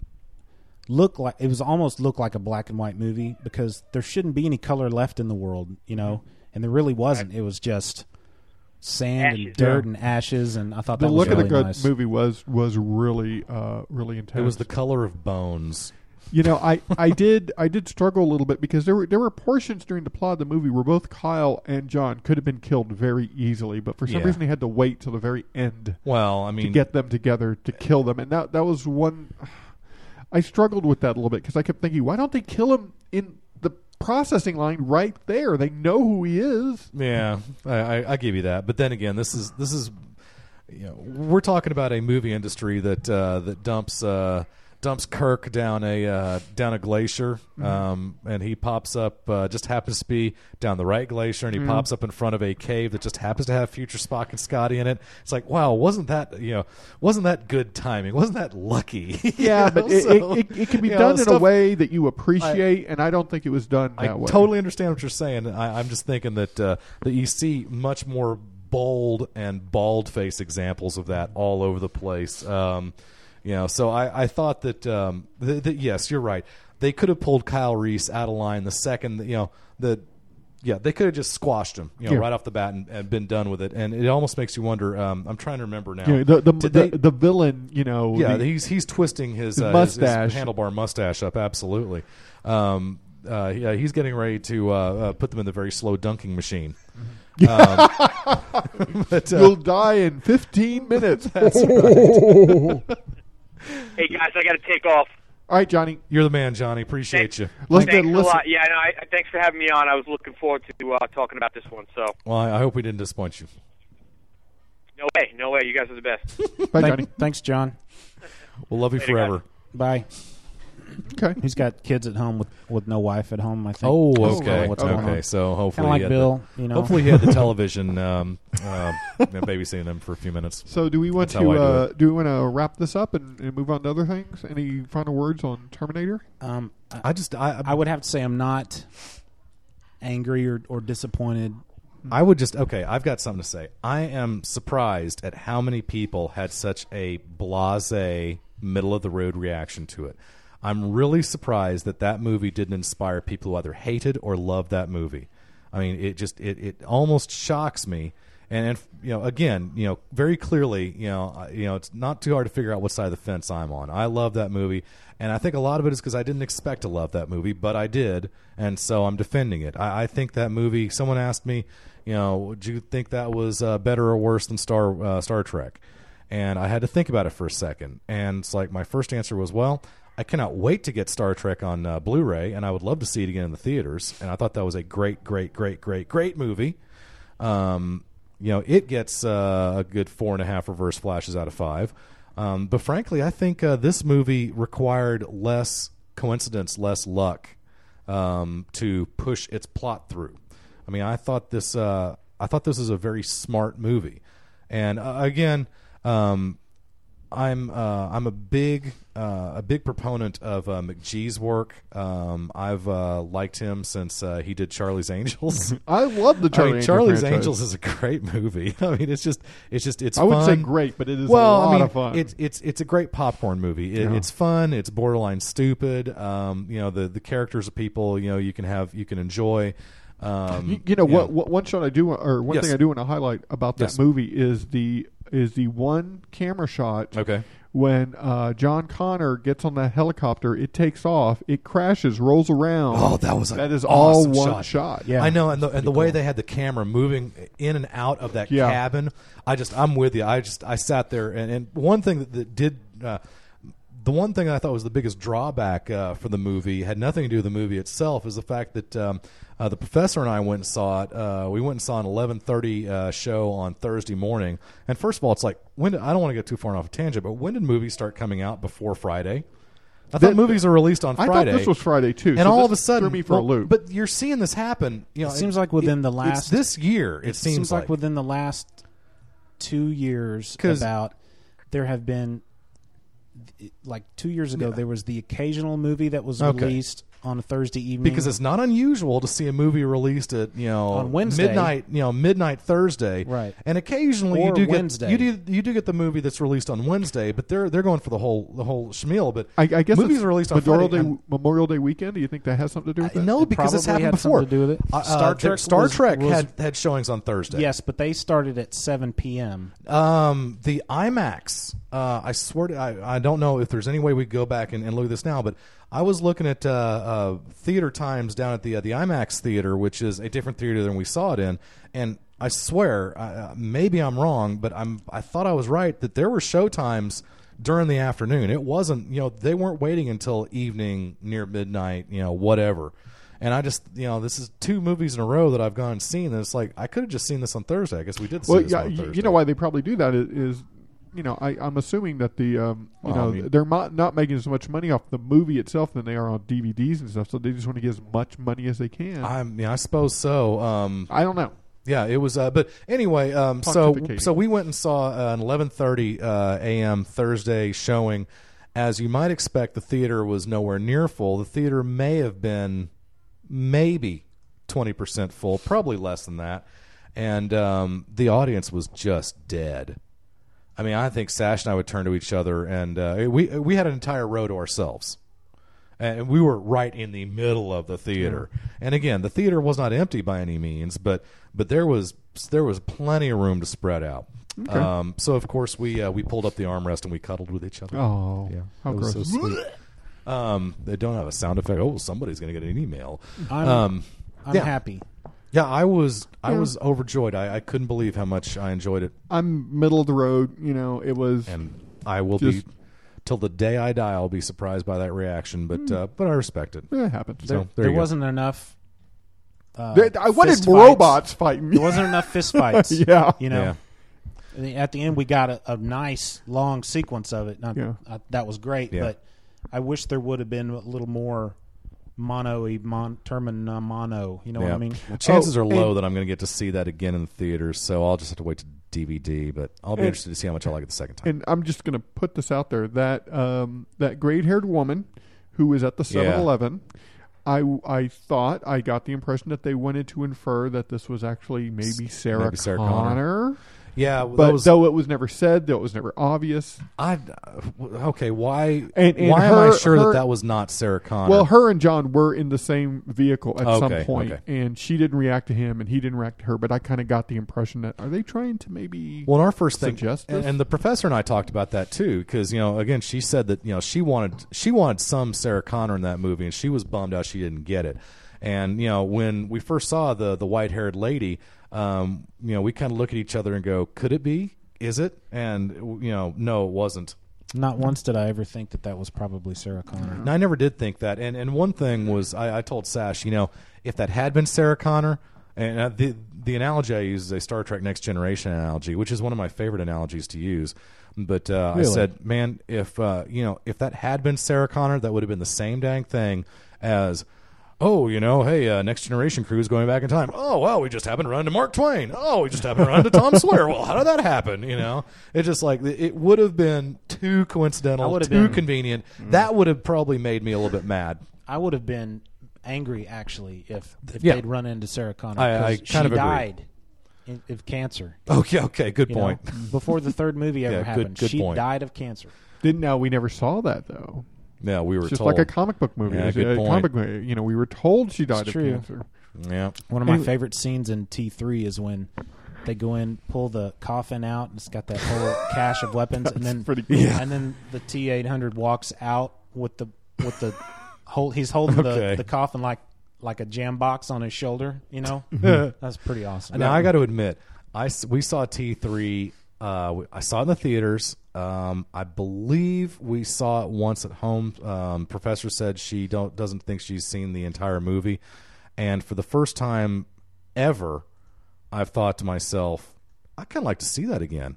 Speaker 12: look like it was almost look like a black and white movie because there shouldn't be any color left in the world, you know,
Speaker 11: Mm-hmm.
Speaker 12: and there really wasn't. It was just sand and dirt
Speaker 11: Yeah.
Speaker 12: and ashes, and I thought
Speaker 11: the
Speaker 12: that was
Speaker 11: look
Speaker 12: really
Speaker 11: of the good
Speaker 12: nice.
Speaker 11: movie was was really uh, really intense.
Speaker 9: It was the color of bones.
Speaker 11: You know, I, I did I did struggle a little bit because there were there were portions during the plot of the movie where both Kyle and John could have been killed very easily, but for some
Speaker 9: Yeah.
Speaker 11: reason they had to wait till the very end.
Speaker 9: Well, I
Speaker 11: to
Speaker 9: mean-
Speaker 11: get them together to kill them, and that that was one. I struggled with that a little bit because I kept thinking, why don't they kill him in the processing line right there? They know who he is.
Speaker 9: Yeah, I, I, I give you that. But then again, this is this is you know we're talking about a movie industry that uh, that dumps uh, dumps Kirk down a uh, down a glacier,
Speaker 11: Mhm.
Speaker 9: um, and he pops up uh, just happens to be down the right glacier, and he
Speaker 11: Mhm.
Speaker 9: pops up in front of a cave that just happens to have future Spock and Scotty in it. It's like wow, wasn't that you know wasn't that good timing? Wasn't that lucky? You
Speaker 11: Yeah,
Speaker 9: know,
Speaker 11: but it,
Speaker 9: so,
Speaker 11: it, it, it can be
Speaker 9: you know,
Speaker 11: done in a
Speaker 9: stuff-
Speaker 11: way that you appreciate, and I don't think it was done
Speaker 9: I
Speaker 11: that way.
Speaker 9: totally understand what you're saying. I, I'm just thinking that uh, that you see much more bold and bald face examples of that all over the place. Um, you know, so I, I thought that, um, th- that yes, you're right. They could have pulled Kyle Reese out of line the second that, you know the yeah they could have just squashed him you know
Speaker 11: Yeah.
Speaker 9: right off the bat and, and been done with it. And it almost makes you wonder. Um, I'm trying to remember now.
Speaker 11: Yeah, the, the, the,
Speaker 9: Did they-
Speaker 11: the villain, you know.
Speaker 9: yeah,
Speaker 11: the-
Speaker 9: he's he's twisting his,
Speaker 11: his
Speaker 9: uh, his- his
Speaker 11: mustache.
Speaker 9: handlebar mustache up. Absolutely. Um, uh, yeah, he's getting ready to uh, uh, put them in the very slow dunking machine.
Speaker 11: uh,
Speaker 9: Um, but, uh,
Speaker 11: You'll die in 15 minutes.
Speaker 9: That's
Speaker 11: All
Speaker 13: Hey guys, I got to take off.
Speaker 11: right, Johnny.
Speaker 9: you're the man, Johnny. Appreciate you.
Speaker 11: Listen,
Speaker 13: Thanks a
Speaker 11: listen.
Speaker 13: lot. Yeah, no, I, I- thanks for having me on. I was looking forward to uh, talking about this one. So
Speaker 9: Well, I I hope we didn't disappoint you.
Speaker 13: no way, no way. You guys are the best.
Speaker 12: Thank- Thanks, John.
Speaker 9: We'll love you
Speaker 12: Later,
Speaker 9: forever.
Speaker 12: Bye.
Speaker 11: Okay.
Speaker 12: He's got kids at home with, with no wife at home. I think.
Speaker 9: Oh,
Speaker 12: That's
Speaker 9: okay,
Speaker 12: kinda what's going
Speaker 9: okay.
Speaker 12: on.
Speaker 9: So hopefully,
Speaker 12: Kinda like
Speaker 9: he had
Speaker 12: Bill.
Speaker 9: the,
Speaker 12: you know,
Speaker 9: hopefully he had the television um, um, you know, babysitting them for a few minutes.
Speaker 11: So, do we want
Speaker 9: That's how
Speaker 11: to
Speaker 9: I do
Speaker 11: uh,
Speaker 9: it.
Speaker 11: do we want to wrap this up and, and move on to other things? Any final words on Terminator?
Speaker 12: Um,
Speaker 9: I just I,
Speaker 12: I would have to say I'm not angry or, or disappointed.
Speaker 9: I would just okay. I've got something to say. I am surprised at how many people had such a blase, middle of the road reaction to it. I'm really surprised that that movie didn't inspire people who either hated or loved that movie. I mean, it just it it almost shocks me. And, and you know, again, you know, very clearly, you know, I- you know, it's not too hard to figure out what side of the fence I'm on. I love that movie, and I think a lot of it is because I didn't expect to love that movie, but I did, and so I'm defending it. I, I think that movie. Someone asked me, you know, would you think that was uh, better or worse than Star uh, Star Trek? And I had to think about it for a second, and it's like my first answer was, well, I cannot wait to get Star Trek on uh, Blu-ray, and I would love to see it again in the theaters. And I thought that was a great, great, great, great, great movie. Um, you know, it gets uh, a good four and a half reverse flashes out of five. Um, but frankly, I think uh, this movie required less coincidence, less luck um, to push its plot through. I mean, I thought this, uh, I thought this was a very smart movie, and uh, again, um, I'm uh, I'm a big uh, a big proponent of uh, McGee's work. Um, I've uh, liked him since uh, he did Charlie's Angels.
Speaker 11: I love the
Speaker 9: mean,
Speaker 11: Charlie Angel
Speaker 9: Charlie's
Speaker 11: franchise.
Speaker 9: Angels is a great movie. I mean, it's just it's just it's.
Speaker 11: I wouldn't say
Speaker 9: fun.
Speaker 11: great, but it is a
Speaker 9: well, I
Speaker 11: lot
Speaker 9: mean,
Speaker 11: of fun.
Speaker 9: It's it's it's a great popcorn movie. It,
Speaker 11: Yeah.
Speaker 9: It's fun. It's borderline stupid. Um, you know the the characters of people. You know you can have you can enjoy. Um,
Speaker 11: you, you know what, what? One shot I do, or one
Speaker 9: Yes.
Speaker 11: thing I do want to highlight about that
Speaker 9: Yes.
Speaker 11: movie is the is the one camera shot.
Speaker 9: Okay.
Speaker 11: When uh, John Connor gets on that helicopter, it takes off, it crashes, rolls around.
Speaker 9: Oh, that was a
Speaker 11: that is
Speaker 9: awesome
Speaker 11: all one shot.
Speaker 9: I know, and the, and the way they had the camera moving in and out of that
Speaker 11: Yeah.
Speaker 9: cabin, I just I'm with you. I just I sat there, and, and one thing that, that did. Uh, the one thing I thought was the biggest drawback uh, for the movie had nothing to do with the movie itself, is the fact that um, uh, the professor and I went and saw it. Uh, we went and saw an 11:30 uh, show on Thursday morning. And first of all, it's like when did, I don't want to get too far off a tangent, but when did movies start coming out before Friday? I thought
Speaker 11: Th-
Speaker 9: movies are released on
Speaker 11: I thought
Speaker 9: Friday.
Speaker 11: this was Friday, too,
Speaker 9: and
Speaker 11: so
Speaker 9: all
Speaker 11: this
Speaker 9: of a sudden,
Speaker 11: threw me for a
Speaker 9: well,
Speaker 11: loop.
Speaker 9: But you're seeing this happen. You know,
Speaker 12: it seems
Speaker 9: it-
Speaker 12: like within
Speaker 9: it-
Speaker 12: the
Speaker 9: it's
Speaker 12: last
Speaker 9: this year. It, seems, like,
Speaker 12: within the last two years
Speaker 9: 'Cause-
Speaker 12: about there have been like two years ago there was the occasional movie that was
Speaker 9: Okay.
Speaker 12: released on a Thursday evening
Speaker 9: because it's not unusual to see a movie released at you know
Speaker 12: On Wednesday.
Speaker 9: midnight, you know midnight Thursday,
Speaker 12: Right.
Speaker 9: And occasionally you
Speaker 12: Or
Speaker 9: do
Speaker 12: Wednesday.
Speaker 9: get you do you do get the movie that's released on Wednesday, but they're they're going for the whole the whole schmeal. But
Speaker 11: I, I guess
Speaker 9: movies
Speaker 11: it's
Speaker 9: are released on
Speaker 11: Memorial
Speaker 9: Friday,
Speaker 11: Day
Speaker 9: and- Uh,
Speaker 11: Memorial Day weekend. Do you think that has something to do with it?
Speaker 9: no, because it's
Speaker 12: probably
Speaker 9: happened
Speaker 12: had
Speaker 9: before.
Speaker 12: something to do with it.
Speaker 9: Uh, uh,
Speaker 12: Star
Speaker 9: there-
Speaker 12: Trek
Speaker 9: Star
Speaker 12: was-
Speaker 9: Trek
Speaker 12: was-
Speaker 9: had had showings on Thursday.
Speaker 12: yes but they started at 7 p.m.
Speaker 9: Um, the IMAX. Uh, I swear to, I, I don't know if there's any way we could go back and, and look at this now, but I was looking at uh, uh, theater times down at the uh, the IMAX theater, which is a different theater than we saw it in, and I swear, uh, maybe I'm wrong, but I'm I thought I was right that there were show times during the afternoon. It wasn't, you know, they weren't waiting until evening, near midnight, you know, whatever. And I just, you know, this is two movies in a row that I've gone and seen, and it's like I could have just seen this on Thursday. I guess we did see
Speaker 11: Well,
Speaker 9: this
Speaker 11: yeah,
Speaker 9: on
Speaker 11: you-
Speaker 9: Thursday.
Speaker 11: you know why they probably do that i- is, you know, I, I'm assuming that the, um, you
Speaker 9: Well,
Speaker 11: know,
Speaker 9: I mean-
Speaker 11: they're not, not making as much money off the movie itself than they are on DVDs and stuff, so they just want to get as much money as they can.
Speaker 9: I mean, I suppose so. Um,
Speaker 11: I don't know.
Speaker 9: Yeah, it was. Uh, but anyway, um, so
Speaker 11: Pontificating.
Speaker 9: so we went and saw uh, an 11:30 uh, a.m. Thursday showing. As you might expect, the theater was nowhere near full. The theater may have been maybe 20% full, probably less than that. And um, the audience was just dead. I mean, I think Sash and I would turn to each other, and uh, we we had an entire row to ourselves and we were right in the middle of the theater. And again, the theater was not empty by any means, but but there was there was plenty of room to spread out.
Speaker 11: Okay.
Speaker 9: Um, so of course we uh, we pulled up the armrest and we cuddled with each other.
Speaker 11: Oh, how
Speaker 9: It was
Speaker 11: gross.
Speaker 9: so sweet. Um, they don't have a sound effect. Oh, somebody's going to get an email.
Speaker 12: I'm-
Speaker 9: um,
Speaker 12: I'm
Speaker 9: yeah.
Speaker 12: happy.
Speaker 9: Yeah, I was I
Speaker 11: Yeah.
Speaker 9: was overjoyed. I, I couldn't believe how much I enjoyed it,
Speaker 11: I'm middle of the road. You know, it was.
Speaker 9: and I will
Speaker 11: Just-
Speaker 9: be till the day I die. I'll be surprised by that reaction, but
Speaker 11: Hmm.
Speaker 9: uh, but I respect it.
Speaker 11: Yeah, it happens.
Speaker 9: So there,
Speaker 12: there,
Speaker 9: you go.
Speaker 12: wasn't enough uh,
Speaker 11: There- I wanted
Speaker 12: fist
Speaker 11: robots fighting me.
Speaker 12: There wasn't enough fist fights.
Speaker 11: Yeah.
Speaker 12: you know.
Speaker 9: Yeah.
Speaker 12: And then At the end, we got a, a nice long sequence of it. and I-
Speaker 11: Yeah.
Speaker 12: I- that was great,
Speaker 9: Yeah.
Speaker 12: but I wish there would have been a little more mono y mon, termin uh, mono. You know what I
Speaker 9: Yeah.
Speaker 12: mean?
Speaker 9: Well, chances
Speaker 11: Oh,
Speaker 9: are low
Speaker 11: and-
Speaker 9: that I'm going to get to see that again in the theaters, so I'll just have to wait to DVD. But I'll be
Speaker 11: And-
Speaker 9: interested to see how much I like it the second time.
Speaker 11: and I'm just going to put this out there that um, that gray haired woman who was at the
Speaker 9: Yeah.
Speaker 11: 7 Eleven, I, I thought, I got the impression that they wanted to infer that this was actually maybe Sarah,
Speaker 9: maybe Sarah
Speaker 11: Connor.
Speaker 9: Connor. yeah, well,
Speaker 11: But
Speaker 9: that was,
Speaker 11: though it was never said, though it was never obvious.
Speaker 9: I uh, okay. Why?
Speaker 11: And- and
Speaker 9: why am
Speaker 11: her-
Speaker 9: I sure
Speaker 11: her-
Speaker 9: that that was not Sarah Connor?
Speaker 11: Well, her and John were in the same vehicle at some
Speaker 9: Okay,
Speaker 11: point,
Speaker 9: okay.
Speaker 11: and she didn't react to him, and he didn't react to her. But I kind of got the impression that are they trying to maybe?
Speaker 9: Well, and our first thing,
Speaker 11: suggest
Speaker 9: and,
Speaker 11: this?
Speaker 9: and the professor and I talked about that too, because you know, again, she said that you know she wanted she wanted some Sarah Connor in that movie, and she was bummed out she didn't get it. And you know, when we first saw the the white haired lady, um, you know, we kind of look at each other and go, "Could it be? Is it?" And you know, no, it wasn't.
Speaker 12: Not once did I ever think that that was probably Sarah Connor.
Speaker 9: And I never did think that. And and one thing was I, I told Sash, you know, if that had been Sarah Connor, and uh, the the analogy I use is a Star Trek Next Generation analogy, which is one of my favorite analogies to use. But uh, I
Speaker 12: Really?
Speaker 9: said, man, if uh, you know, if that had been Sarah Connor, that would have been the same dang thing as Oh, you know, hey, uh, Next Generation crew is going back in time. Oh, well, we just happened to run into Mark Twain. Oh, we just happened to run into Tom Sawyer. Well, how did that happen? You know, it's just like it would have been too
Speaker 12: I
Speaker 9: coincidental,
Speaker 12: would
Speaker 9: too
Speaker 12: have been- Mm.
Speaker 9: convenient. That would have probably made me a little bit mad.
Speaker 12: I would have been angry actually if if
Speaker 9: Yeah.
Speaker 12: they'd run into Sarah Connor.
Speaker 9: I- I
Speaker 12: 'cause
Speaker 9: kind
Speaker 12: she
Speaker 9: of agree.
Speaker 12: died in- of cancer.
Speaker 9: Okay, okay, good
Speaker 12: You know,
Speaker 9: point.
Speaker 12: before the third movie ever
Speaker 9: Yeah, good-
Speaker 12: happened,
Speaker 9: good
Speaker 12: she
Speaker 9: point.
Speaker 12: died of cancer.
Speaker 11: Didn't know we never saw that though.
Speaker 9: Yeah, we were
Speaker 11: it's just
Speaker 9: told.
Speaker 11: like a comic book movie.
Speaker 9: Yeah,
Speaker 11: It's
Speaker 9: good
Speaker 11: a
Speaker 9: point.
Speaker 11: comic movie. You know, we were told she died
Speaker 12: It's
Speaker 11: of
Speaker 12: true.
Speaker 11: cancer.
Speaker 9: Yeah.
Speaker 12: One of my
Speaker 11: Anyway.
Speaker 12: favorite scenes in T three is when they go in, pull the coffin out, and it's got that whole cache of weapons, and then
Speaker 11: pretty cool. Yeah.
Speaker 12: and then the T eight hundred walks out with the with the hold. He's holding
Speaker 9: Okay.
Speaker 12: the, the coffin like like a jam box on his shoulder. You know,
Speaker 9: Mhm.
Speaker 12: that's pretty awesome.
Speaker 9: Now I got to admit, I s- we saw T three. Uh, we- I saw it in the theaters. Um, I believe we saw it once at home. Um, professor said she don't doesn't think she's seen the entire movie, and for the first time ever, I've thought to myself, I kind of like to see that again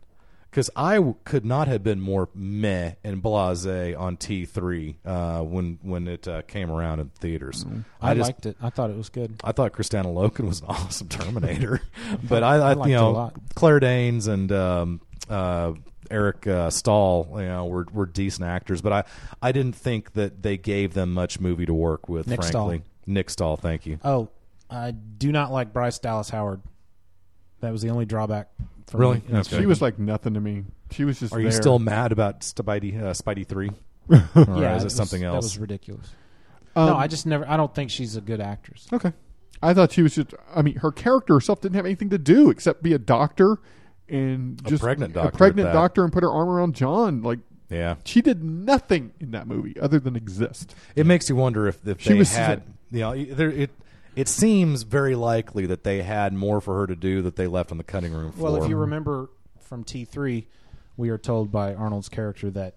Speaker 9: because I w- could not have been more meh and blasé on T three uh, when when it uh, came around in theaters.
Speaker 12: I,
Speaker 9: just-
Speaker 12: liked it. I thought it was good.
Speaker 9: I thought Christina Loken was an awesome Terminator, but I, I,
Speaker 12: I liked
Speaker 9: you
Speaker 12: her a
Speaker 9: know
Speaker 12: lot.
Speaker 9: Claire Danes and um, uh, Eric uh, Stahl, you know, were were decent actors, but I I didn't think that they gave them much movie to work with.
Speaker 12: Nick Stahl.
Speaker 9: frankly, Nick Stahl, thank you.
Speaker 12: Oh, I do not like Bryce Dallas Howard. That was the only drawback. For
Speaker 9: Really?
Speaker 12: Me.
Speaker 9: Okay.
Speaker 11: She was like nothing to me. She was just.
Speaker 9: Are you
Speaker 11: there. Um,
Speaker 9: still mad about Spidey uh, Spidey three? or
Speaker 12: Yeah,
Speaker 9: is
Speaker 12: that
Speaker 9: it
Speaker 12: was-
Speaker 9: something
Speaker 12: That
Speaker 9: else?
Speaker 12: was ridiculous.
Speaker 11: Um,
Speaker 12: no, I just never. I don't think she's a good actress.
Speaker 11: Okay. I thought she was just. I mean, her character herself didn't have anything to do except be a doctor and
Speaker 9: A
Speaker 11: just
Speaker 9: pregnant
Speaker 11: a
Speaker 9: doctor at
Speaker 11: pregnant
Speaker 9: that.
Speaker 11: doctor, and put her arm around John. Like,
Speaker 9: Yeah.
Speaker 11: she did nothing in that movie other than exist.
Speaker 9: It makes you wonder if, if
Speaker 11: She
Speaker 9: they
Speaker 11: was-
Speaker 9: had, you know, there, it it seems very likely that they had more for her to do that they left on the cutting room floor.
Speaker 12: Well, if you remember from T three, we are told by Arnold's character that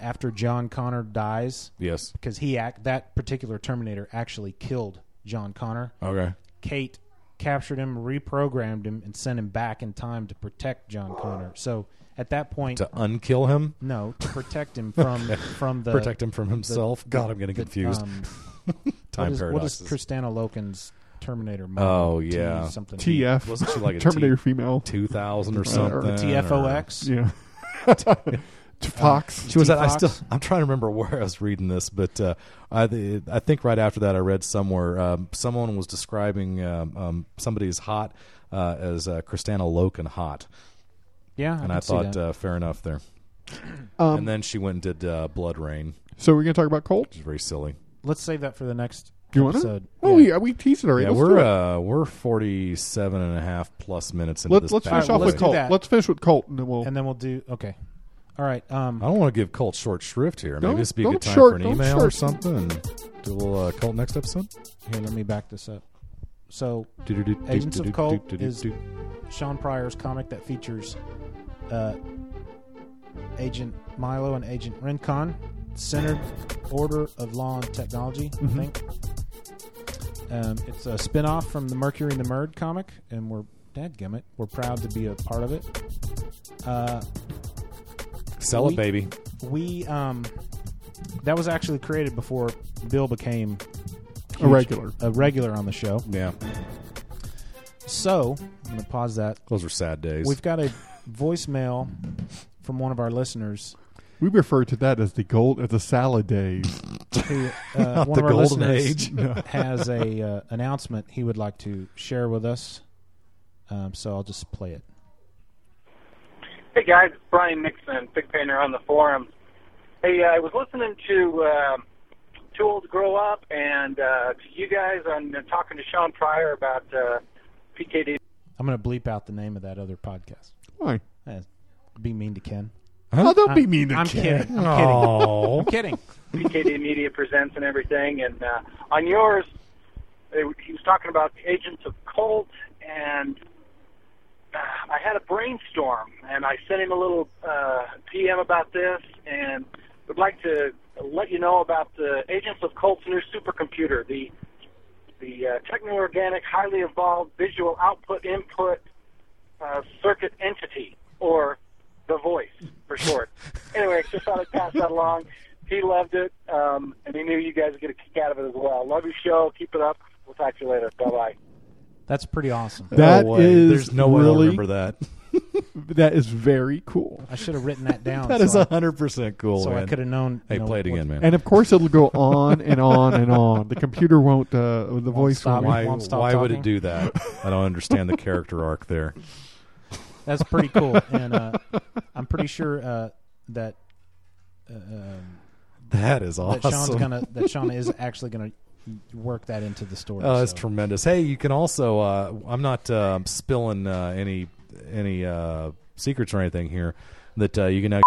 Speaker 12: after John Connor dies,
Speaker 9: Yes.
Speaker 12: because he act that particular Terminator actually killed John Connor.
Speaker 9: Okay.
Speaker 12: Kate captured him, reprogrammed him, and sent him back in time to protect John Connor. So at that point,
Speaker 9: to unkill him.
Speaker 12: No, to protect him from from the
Speaker 9: Protect him from
Speaker 12: the-
Speaker 9: himself? God, I'm getting
Speaker 12: the,
Speaker 9: confused.
Speaker 12: um, what is,
Speaker 9: Time
Speaker 12: What is
Speaker 9: paradoxes.
Speaker 12: Christina Loken's Terminator? model?
Speaker 9: Oh yeah,
Speaker 12: T something
Speaker 11: TF.
Speaker 9: Wasn't she like a
Speaker 11: Terminator
Speaker 9: T-
Speaker 11: female?
Speaker 9: two thousand or
Speaker 11: Or
Speaker 9: something? or-
Speaker 12: TFOX?
Speaker 11: Yeah. to Fox.
Speaker 9: She was at. I
Speaker 11: T-Fox.
Speaker 9: still. I'm trying to remember where I was reading this, but uh, I th- I think right after that I read somewhere um, someone was describing um, um, somebody's hot uh, as uh, Christina Loken hot.
Speaker 12: Yeah, I
Speaker 9: and I,
Speaker 12: could see
Speaker 9: thought
Speaker 12: that.
Speaker 9: uh, fair enough there.
Speaker 11: Um,
Speaker 9: and then she went and did uh, Blood Rain,
Speaker 11: So we're gonna talk about Colt.
Speaker 9: which is very silly.
Speaker 12: Let's save that for the next
Speaker 11: You Oh, want to?
Speaker 12: episode.
Speaker 11: Well, we we teased it already.
Speaker 9: yeah,
Speaker 11: Let's
Speaker 9: we're
Speaker 11: do it.
Speaker 9: uh, we're 47 and a half plus minutes into
Speaker 11: Let,
Speaker 9: this.
Speaker 11: let's
Speaker 9: bad
Speaker 11: finish
Speaker 9: boy.
Speaker 11: off with
Speaker 12: do
Speaker 11: Colt.
Speaker 12: that.
Speaker 11: Let's finish with Colt, and then we'll.
Speaker 12: and then we'll do okay. All right. Um,
Speaker 9: I don't want to give Colt short shrift here. Maybe
Speaker 11: Don't-
Speaker 9: this would be a good
Speaker 11: don't
Speaker 9: time
Speaker 11: short-
Speaker 9: for an
Speaker 11: don't
Speaker 9: email or
Speaker 11: short.
Speaker 9: something. and Do a little uh, Colt next episode.
Speaker 12: here, let me back this up. So,
Speaker 9: Do-do-do,
Speaker 12: Agents of
Speaker 9: do-do-do,
Speaker 12: Colt
Speaker 9: do-do-do,
Speaker 12: is
Speaker 9: do.
Speaker 12: Sean Pryor's comic that features uh, Agent Milo and Agent Rincon, centered Order of Law and Technology. I think um, it's a spin-off from the Mercury and the Murd comic, and we're dadgummit, we're proud to be a part of it. Uh,
Speaker 9: Sell
Speaker 12: we-
Speaker 9: it, baby.
Speaker 12: we um that was actually created before Bill became
Speaker 11: A regular.
Speaker 12: a regular on the show.
Speaker 9: Yeah,
Speaker 12: So I'm gonna pause that.
Speaker 9: those were sad days.
Speaker 12: We've got a voicemail from one of our listeners.
Speaker 11: We refer to that as the gold as the salad days.
Speaker 12: Who, uh,
Speaker 9: Not
Speaker 12: one
Speaker 9: the
Speaker 12: of our
Speaker 9: golden
Speaker 12: listeners
Speaker 9: age.
Speaker 12: has a uh, announcement he would like to share with us. Um, so I'll just play it.
Speaker 15: Hey guys, it's Brian Nixon, Big Painter on the forums. Hey, uh, I was listening to um Too Old to Grow Up and uh, to you guys on uh, talking to Sean Pryor about uh, PKD.
Speaker 12: I'm gonna bleep out the name of that other podcast.
Speaker 11: Why?
Speaker 12: Uh, be mean to Ken.
Speaker 11: Oh, don't be
Speaker 12: I'm-
Speaker 11: mean to
Speaker 12: I'm
Speaker 11: Ken.
Speaker 12: kidding. I'm
Speaker 9: Aw.
Speaker 12: kidding. I'm kidding.
Speaker 15: PKD Media Presents and everything. And uh, on yours, they, he was talking about the agents of Colt, and uh, I had a brainstorm, and I sent him a little uh, PM about this, and would like to let you know about the agents of Colt's new supercomputer, the the uh, techno-organic, highly evolved visual output input uh, circuit entity, or the voice for short. anyway, just thought I'd pass that along. He loved it, um, and he knew you guys would get a kick out of it as well. uh, love your show. Keep it up. We'll talk to you later. Bye bye.
Speaker 12: That's pretty awesome.
Speaker 11: That is
Speaker 9: There's no way I'll
Speaker 11: really,
Speaker 9: remember that.
Speaker 11: that is very cool.
Speaker 12: I should have written that down.
Speaker 9: That is
Speaker 12: so I-
Speaker 9: hundred percent cool.
Speaker 12: So I
Speaker 9: man.
Speaker 12: could have known.
Speaker 9: Hey,
Speaker 12: you know,
Speaker 9: play it again, man.
Speaker 11: And of course, it'll go on and on and on. The computer won't. Uh, the voice
Speaker 12: stop.
Speaker 11: won't.
Speaker 9: why
Speaker 12: won't stop
Speaker 9: why would it
Speaker 12: talking.
Speaker 9: do that? I don't understand the character arc there.
Speaker 12: That's pretty cool, and uh, I'm pretty sure uh, that uh, um,
Speaker 9: That is
Speaker 12: That Sean's
Speaker 9: awesome.
Speaker 12: gonna that Sean is actually gonna work that into the story.
Speaker 9: Oh, that's
Speaker 12: so.
Speaker 9: tremendous. Hey, you can also. Uh, I'm not uh, spilling uh, any any uh, secrets or anything here. That uh, you can now.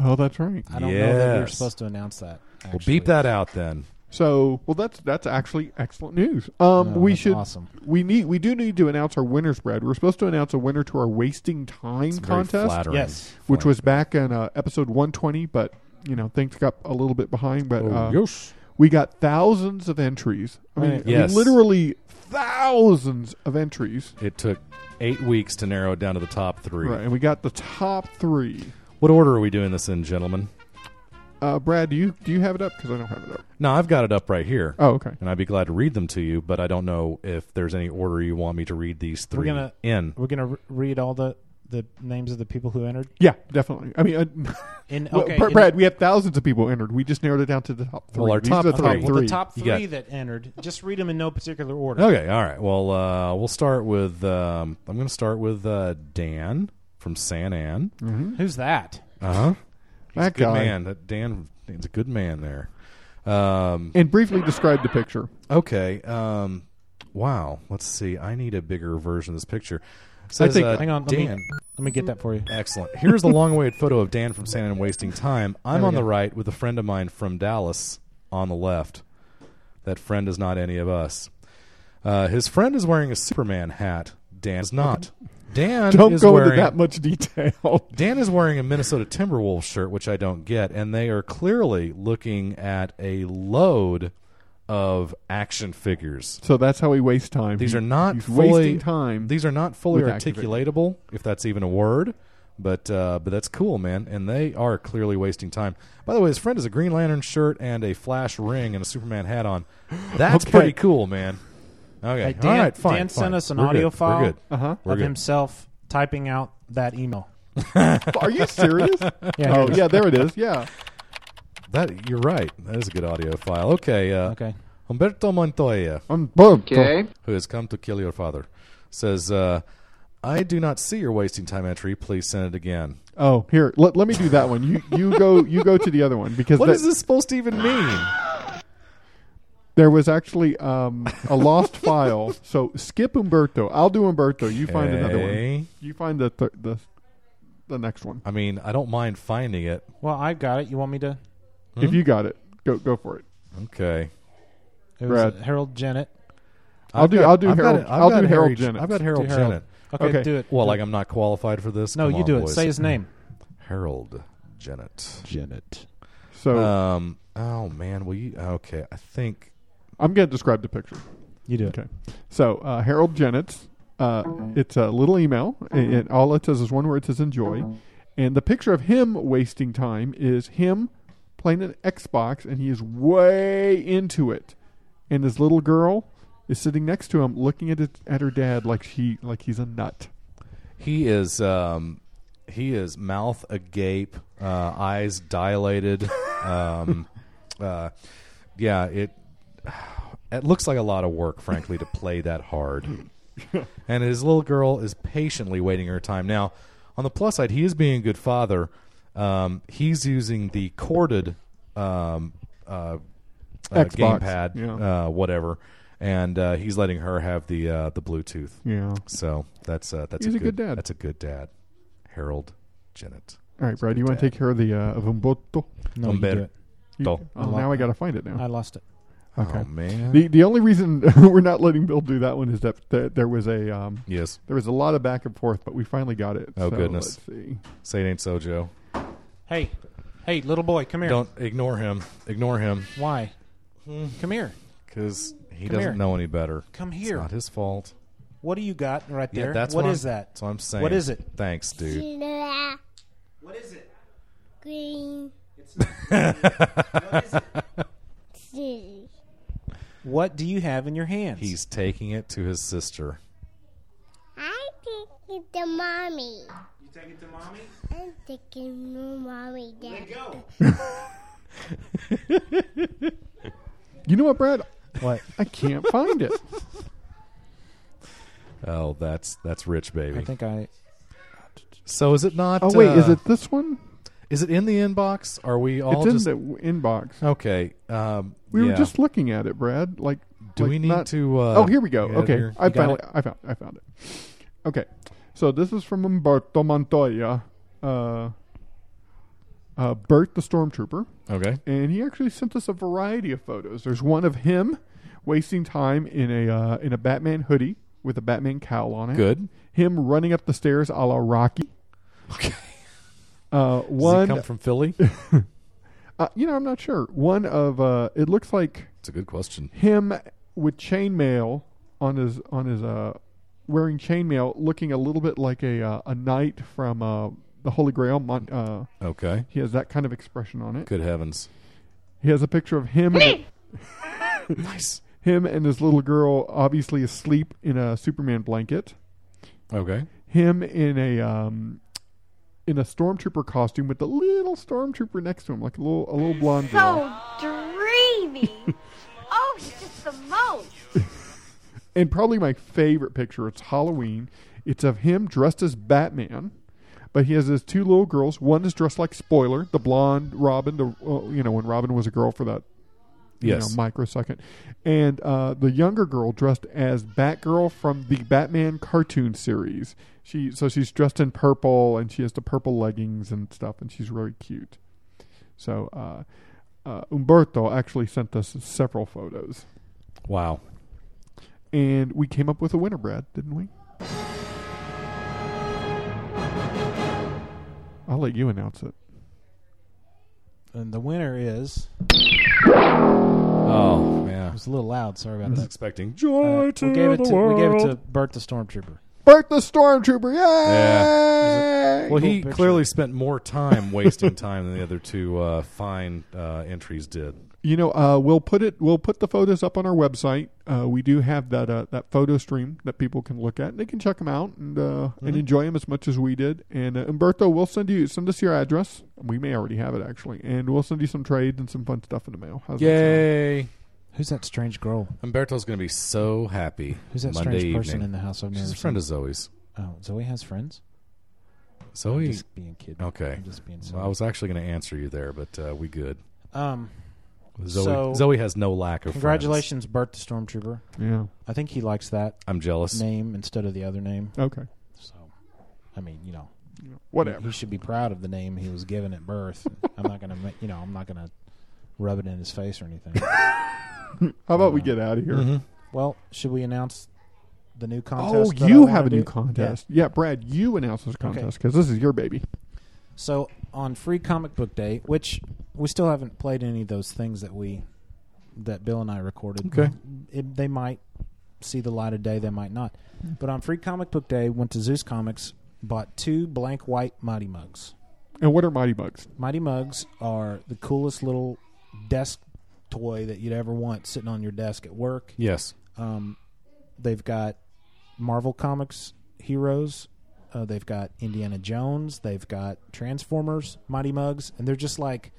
Speaker 11: Oh, that's right.
Speaker 12: I don't know that we were
Speaker 9: Yes.
Speaker 12: supposed to announce that.
Speaker 9: Well, beep that out then.
Speaker 11: So, well, that's that's actually excellent news. Um,
Speaker 12: No,
Speaker 11: we
Speaker 12: that's
Speaker 11: should
Speaker 12: awesome.
Speaker 11: we need we do need to announce our winners, Brad. We're supposed to announce a winner to our wasting time
Speaker 9: very
Speaker 11: contest,
Speaker 9: flattering. Yes.
Speaker 11: which was back in uh, episode one twenty, but you know things got a little bit behind. But
Speaker 9: Oh,
Speaker 11: uh,
Speaker 9: yes.
Speaker 11: we got thousands of entries. I mean,
Speaker 9: Right.
Speaker 11: I mean,
Speaker 9: Yes.
Speaker 11: literally thousands of entries.
Speaker 9: It took eight weeks to narrow it down to the top three.
Speaker 11: Right, and we got the top three.
Speaker 9: What order are we doing this in, gentlemen?
Speaker 11: Uh, Brad, do you do you have it up? Because I don't have it up.
Speaker 9: No, I've got it up right here.
Speaker 11: Oh, okay.
Speaker 9: And I'd be glad to read them to you, but I don't know if there's any order you want me to read these
Speaker 12: We're
Speaker 9: 3
Speaker 12: gonna
Speaker 9: in.
Speaker 12: We're gonna re- read all the the names of the people who entered.
Speaker 11: Yeah, definitely. I mean, uh,
Speaker 12: In-
Speaker 11: well,
Speaker 12: okay,
Speaker 11: Br-
Speaker 12: in-
Speaker 11: Brad, we have thousands of people entered. We just narrowed it down to the top three.
Speaker 9: Well, our
Speaker 11: These
Speaker 9: top
Speaker 11: are the
Speaker 9: three.
Speaker 11: top
Speaker 9: Well,
Speaker 11: three.
Speaker 12: The top
Speaker 9: You
Speaker 12: three
Speaker 9: got-
Speaker 12: that entered. Just read them in no particular order.
Speaker 9: Okay, all right. Well, uh, we'll start with. Um, I'm going to start with uh, Dan from San Ann.
Speaker 12: Who's that?
Speaker 9: Uh huh.
Speaker 11: That
Speaker 9: good
Speaker 11: guy.
Speaker 9: man. That Dan is a good man there. Um,
Speaker 11: And briefly describe the picture.
Speaker 9: okay. Um, wow. Let's see. I need a bigger version of this picture. Says,
Speaker 12: think-
Speaker 9: uh,
Speaker 12: hang on, let me-
Speaker 9: Dan.
Speaker 12: let me get that for you.
Speaker 9: Excellent. Here's the long-awaited photo of Dan from San Ann wasting time. I'm
Speaker 12: There we
Speaker 9: on the
Speaker 12: go.
Speaker 9: right with a friend of mine from Dallas on the left. That friend is not any of us. Uh, his friend is wearing a Superman hat. Dan is not. Dan
Speaker 11: Don't
Speaker 9: is
Speaker 11: go
Speaker 9: wearing,
Speaker 11: into that much detail.
Speaker 9: Dan is wearing a Minnesota Timberwolves shirt, which I don't get, and they are clearly looking at a load of action figures.
Speaker 11: So that's how we waste time.
Speaker 9: These
Speaker 11: He-
Speaker 9: are not
Speaker 11: he's
Speaker 9: fully,
Speaker 11: wasting time.
Speaker 9: These are not fully
Speaker 11: with Activision.
Speaker 9: articulatable, if that's even a word. But uh, but that's cool, man. And they are clearly wasting time. By the way, his friend has a Green Lantern shirt and a Flash ring and a Superman hat on. That's
Speaker 12: Okay.
Speaker 9: pretty cool, man. Okay,
Speaker 12: Hey, Dan,
Speaker 9: all right, fine.
Speaker 12: Dan
Speaker 9: fine.
Speaker 12: sent us an
Speaker 9: We're good.
Speaker 12: audio
Speaker 9: We're
Speaker 12: file
Speaker 9: good. We're
Speaker 12: of
Speaker 9: good.
Speaker 12: himself typing out that email.
Speaker 11: Are you serious?
Speaker 12: Yeah,
Speaker 11: oh,
Speaker 12: it is.
Speaker 11: yeah, there it is. Yeah.
Speaker 9: That you're right. That is a good audio file. Okay. Uh,
Speaker 12: okay.
Speaker 9: Humberto Montoya.
Speaker 11: Um, Okay.
Speaker 9: Who has come to kill your father? Says, uh, I do not see your wasting time entry. Please send it again.
Speaker 11: Oh, here. Let, let me do that one. You you go you go to the other one because
Speaker 9: What
Speaker 11: that-
Speaker 9: is this supposed to even mean?
Speaker 11: there was actually um, a lost file. So skip Umberto. I'll do Umberto. You find another
Speaker 9: Okay.
Speaker 11: one. You find the th- the the next one.
Speaker 9: I mean, I don't mind finding it.
Speaker 12: Well, I've got it. You want me to?
Speaker 9: Hmm?
Speaker 11: If you got it, go go for it.
Speaker 9: Okay.
Speaker 12: It was
Speaker 11: Brad.
Speaker 12: Harold Jennett.
Speaker 11: I'll
Speaker 9: I've
Speaker 11: do-
Speaker 9: got-
Speaker 11: I'll do
Speaker 9: I've got
Speaker 11: Harold-
Speaker 9: it- I've
Speaker 11: I'll
Speaker 9: got
Speaker 11: do
Speaker 9: it,
Speaker 11: Harold
Speaker 9: Harry-
Speaker 11: Jennett.
Speaker 9: I've got Harold
Speaker 12: Do Harold.
Speaker 9: Jennett.
Speaker 12: Okay, Okay. do it.
Speaker 9: Well,
Speaker 12: Do
Speaker 9: like
Speaker 12: it.
Speaker 9: I'm not qualified for this.
Speaker 12: No,
Speaker 9: Come
Speaker 12: you
Speaker 9: on,
Speaker 12: do it.
Speaker 9: boys.
Speaker 12: Say his name.
Speaker 9: Harold Jennett.
Speaker 12: Jennett.
Speaker 11: So
Speaker 9: Um. Oh man. Will you? Okay. I think.
Speaker 11: I'm going to describe the picture.
Speaker 12: You do it.
Speaker 11: Okay. So uh, Harold Jennett, uh, it's a little email, and, and all it says is one word. It says enjoy, and the picture of him wasting time is him playing an Xbox, and he is way into it, and his little girl is sitting next to him, looking at his, at her dad like she like he's a nut.
Speaker 9: He is um he is mouth agape, uh, eyes dilated. um uh yeah, it it looks like a lot of work frankly to play that hard. and his little girl is patiently waiting her time. Now, on the plus side, he is being a good father. Um, he's using the corded um, uh, uh,
Speaker 11: Xbox,
Speaker 9: gamepad,
Speaker 11: yeah.
Speaker 9: uh, whatever, and uh, he's letting her have the uh, the Bluetooth.
Speaker 11: Yeah.
Speaker 9: So that's uh, that's
Speaker 11: He's
Speaker 9: a
Speaker 11: a good dad.
Speaker 9: That's a good dad. Harold Jennett.
Speaker 11: All right, Brad, you want to take care of the uh, of Umberto?
Speaker 12: No, you do it.
Speaker 9: Umberto.
Speaker 11: You-
Speaker 9: Oh,
Speaker 11: oh, now I got to find it now.
Speaker 12: I lost it.
Speaker 11: Okay.
Speaker 9: man.
Speaker 11: The the only reason we're not letting Bill do that one is that th- there was a um,
Speaker 9: Yes.
Speaker 11: there was a lot of back and forth, but we finally got it.
Speaker 9: oh
Speaker 11: So
Speaker 9: goodness.
Speaker 11: Let's see.
Speaker 9: Say it ain't so, Joe.
Speaker 12: Hey, hey, little boy, come here.
Speaker 9: Don't Hmm. ignore him. Ignore him
Speaker 12: Why? Come here.
Speaker 9: because he
Speaker 12: Come
Speaker 9: doesn't
Speaker 12: here.
Speaker 9: know any better.
Speaker 12: Come
Speaker 9: It's
Speaker 12: here.
Speaker 9: not his fault.
Speaker 12: What do you got right there?
Speaker 9: Yeah, that's
Speaker 12: What
Speaker 9: what
Speaker 12: is
Speaker 9: I'm-
Speaker 12: that?
Speaker 9: That's what I'm saying.
Speaker 12: What is it?
Speaker 9: Thanks, dude.
Speaker 12: What is it?
Speaker 17: Green.
Speaker 12: It's not.
Speaker 17: Silly.
Speaker 12: What do you have in your hands?
Speaker 9: He's taking it to his sister.
Speaker 17: I think it's the mommy.
Speaker 5: You take it to mommy?
Speaker 17: I'm taking the mommy down.
Speaker 11: You know what, Brad?
Speaker 12: What?
Speaker 11: I can't find it.
Speaker 9: Oh, that's that's rich, baby.
Speaker 12: I think I.
Speaker 9: So is it not?
Speaker 11: Oh, wait, is
Speaker 9: uh,
Speaker 11: it this one?
Speaker 9: Is it in the inbox? Are we all
Speaker 11: it's
Speaker 9: just
Speaker 11: in the w- inbox. Uh,
Speaker 9: okay? Um,
Speaker 11: We were
Speaker 9: yeah.
Speaker 11: just looking at it, Brad. Like,
Speaker 9: Do
Speaker 11: like
Speaker 9: we need
Speaker 11: not-
Speaker 9: to, uh,
Speaker 11: oh, here we go.
Speaker 9: get it
Speaker 11: Okay,
Speaker 9: here?
Speaker 11: I
Speaker 9: You got
Speaker 11: found.
Speaker 9: it?
Speaker 11: I found. I found it. Okay, so this is from Umberto Montoya, uh, uh, Bert the Stormtrooper.
Speaker 9: Okay.
Speaker 11: and he actually sent us a variety of photos. There's one of him wasting time in a uh, in a Batman hoodie with a Batman cowl on it.
Speaker 9: Good.
Speaker 11: Him running up the stairs a la Rocky.
Speaker 9: Okay.
Speaker 11: Uh, one
Speaker 9: come from Philly?
Speaker 11: uh, you know, I'm not sure. One of uh, it looks like
Speaker 9: It's a good question.
Speaker 11: him with chainmail on his on his uh wearing chainmail, looking a little bit like a uh, a knight from uh the Holy Grail. Mon- uh,
Speaker 9: Okay.
Speaker 11: he has that kind of expression on it.
Speaker 9: Good heavens.
Speaker 11: He has a picture of him. and
Speaker 9: nice.
Speaker 11: Him and his little girl obviously asleep in a Superman blanket.
Speaker 9: Okay.
Speaker 11: Him in a um in a stormtrooper costume with a little stormtrooper next to him, like a little a little blonde girl.
Speaker 18: So dreamy. oh, he's just the most.
Speaker 11: and probably my favorite picture. It's Halloween. It's of him dressed as Batman, but he has his two little girls. One is dressed like Spoiler, the blonde Robin, the uh, you know when Robin was a girl for that you
Speaker 9: Yes.
Speaker 11: know, microsecond, and uh, the younger girl dressed as Batgirl from the Batman cartoon series. She so she's dressed in purple and she has the purple leggings and stuff, and she's really cute. So. Uh, uh, Umberto actually sent us several photos
Speaker 9: Wow.
Speaker 11: and we came up with a winner, Brad, didn't we? I'll let you announce it.
Speaker 12: And uh, the winner is.
Speaker 9: Oh man,
Speaker 12: it was a little loud. Sorry about
Speaker 9: I was
Speaker 12: that.
Speaker 9: expecting joy to
Speaker 12: we gave it
Speaker 9: the
Speaker 12: to, We gave it to
Speaker 9: world.
Speaker 12: Bert the Stormtrooper.
Speaker 11: Bert the Stormtrooper,
Speaker 9: Yeah.
Speaker 11: yay!
Speaker 9: Well, he
Speaker 12: picture.
Speaker 9: clearly spent more time wasting time than the other two uh, fine uh, entries did.
Speaker 11: You know, uh, we'll put it. We'll put the photos up on our website. Uh, we do have that uh, that photo stream that people can look at. and They can check them out and uh, and
Speaker 9: Mhm.
Speaker 11: enjoy them as much as we did. And uh, Umberto, we'll send you send us your address. We may already have it actually, and we'll send you some trades and some fun stuff in the mail. How's that sound?
Speaker 9: Yay!
Speaker 12: Who's that strange girl?
Speaker 9: Umberto's going to be so happy.
Speaker 12: Who's that
Speaker 9: Monday
Speaker 12: strange person
Speaker 9: evening.
Speaker 12: in the house I've
Speaker 9: She's
Speaker 12: never
Speaker 9: a friend
Speaker 12: seen?
Speaker 9: of Zoe's.
Speaker 12: Oh, Zoe has friends.
Speaker 9: Zoe.
Speaker 12: I'm just being kidding.
Speaker 9: Okay.
Speaker 12: I'm just being
Speaker 9: Well, I was actually going to answer you there, but uh, we good.
Speaker 12: Um.
Speaker 9: Zoe,
Speaker 12: so-
Speaker 9: Zoe has no lack of
Speaker 12: Congratulations, Bert the Stormtrooper.
Speaker 11: Yeah.
Speaker 12: I think he likes that
Speaker 9: Friends. I'm jealous.
Speaker 12: name instead of the other name.
Speaker 11: Okay.
Speaker 12: So, I mean, you know,
Speaker 11: Whatever.
Speaker 12: He, he should be proud of the name he was given at birth. I'm not gonna, ma- you know, I'm not gonna rub it in his face or anything.
Speaker 11: How about we get out of here?
Speaker 12: Well, should we announce the new contest?
Speaker 11: Oh,
Speaker 12: that I
Speaker 11: you
Speaker 12: wanna
Speaker 11: have a new
Speaker 12: do?
Speaker 11: contest.
Speaker 12: Yeah.
Speaker 11: Yeah. Brad, you announce this contest because this is your baby.
Speaker 12: So on Free Comic Book Day, which we still haven't played any of those things that we that Bill and I recorded.
Speaker 11: Okay.
Speaker 12: It- they might see the light of day. They might not. But on Free Comic Book Day, went to Zeus Comics, bought two blank white Mighty Mugs.
Speaker 11: And what are Mighty Bugs?
Speaker 12: Mighty Mugs are the coolest little desk toy that you'd ever want sitting on your desk at work.
Speaker 9: Yes.
Speaker 12: Um, they've got Marvel Comics heroes. Uh, they've got Indiana Jones. They've got Transformers, Mighty Mugs, and they're just like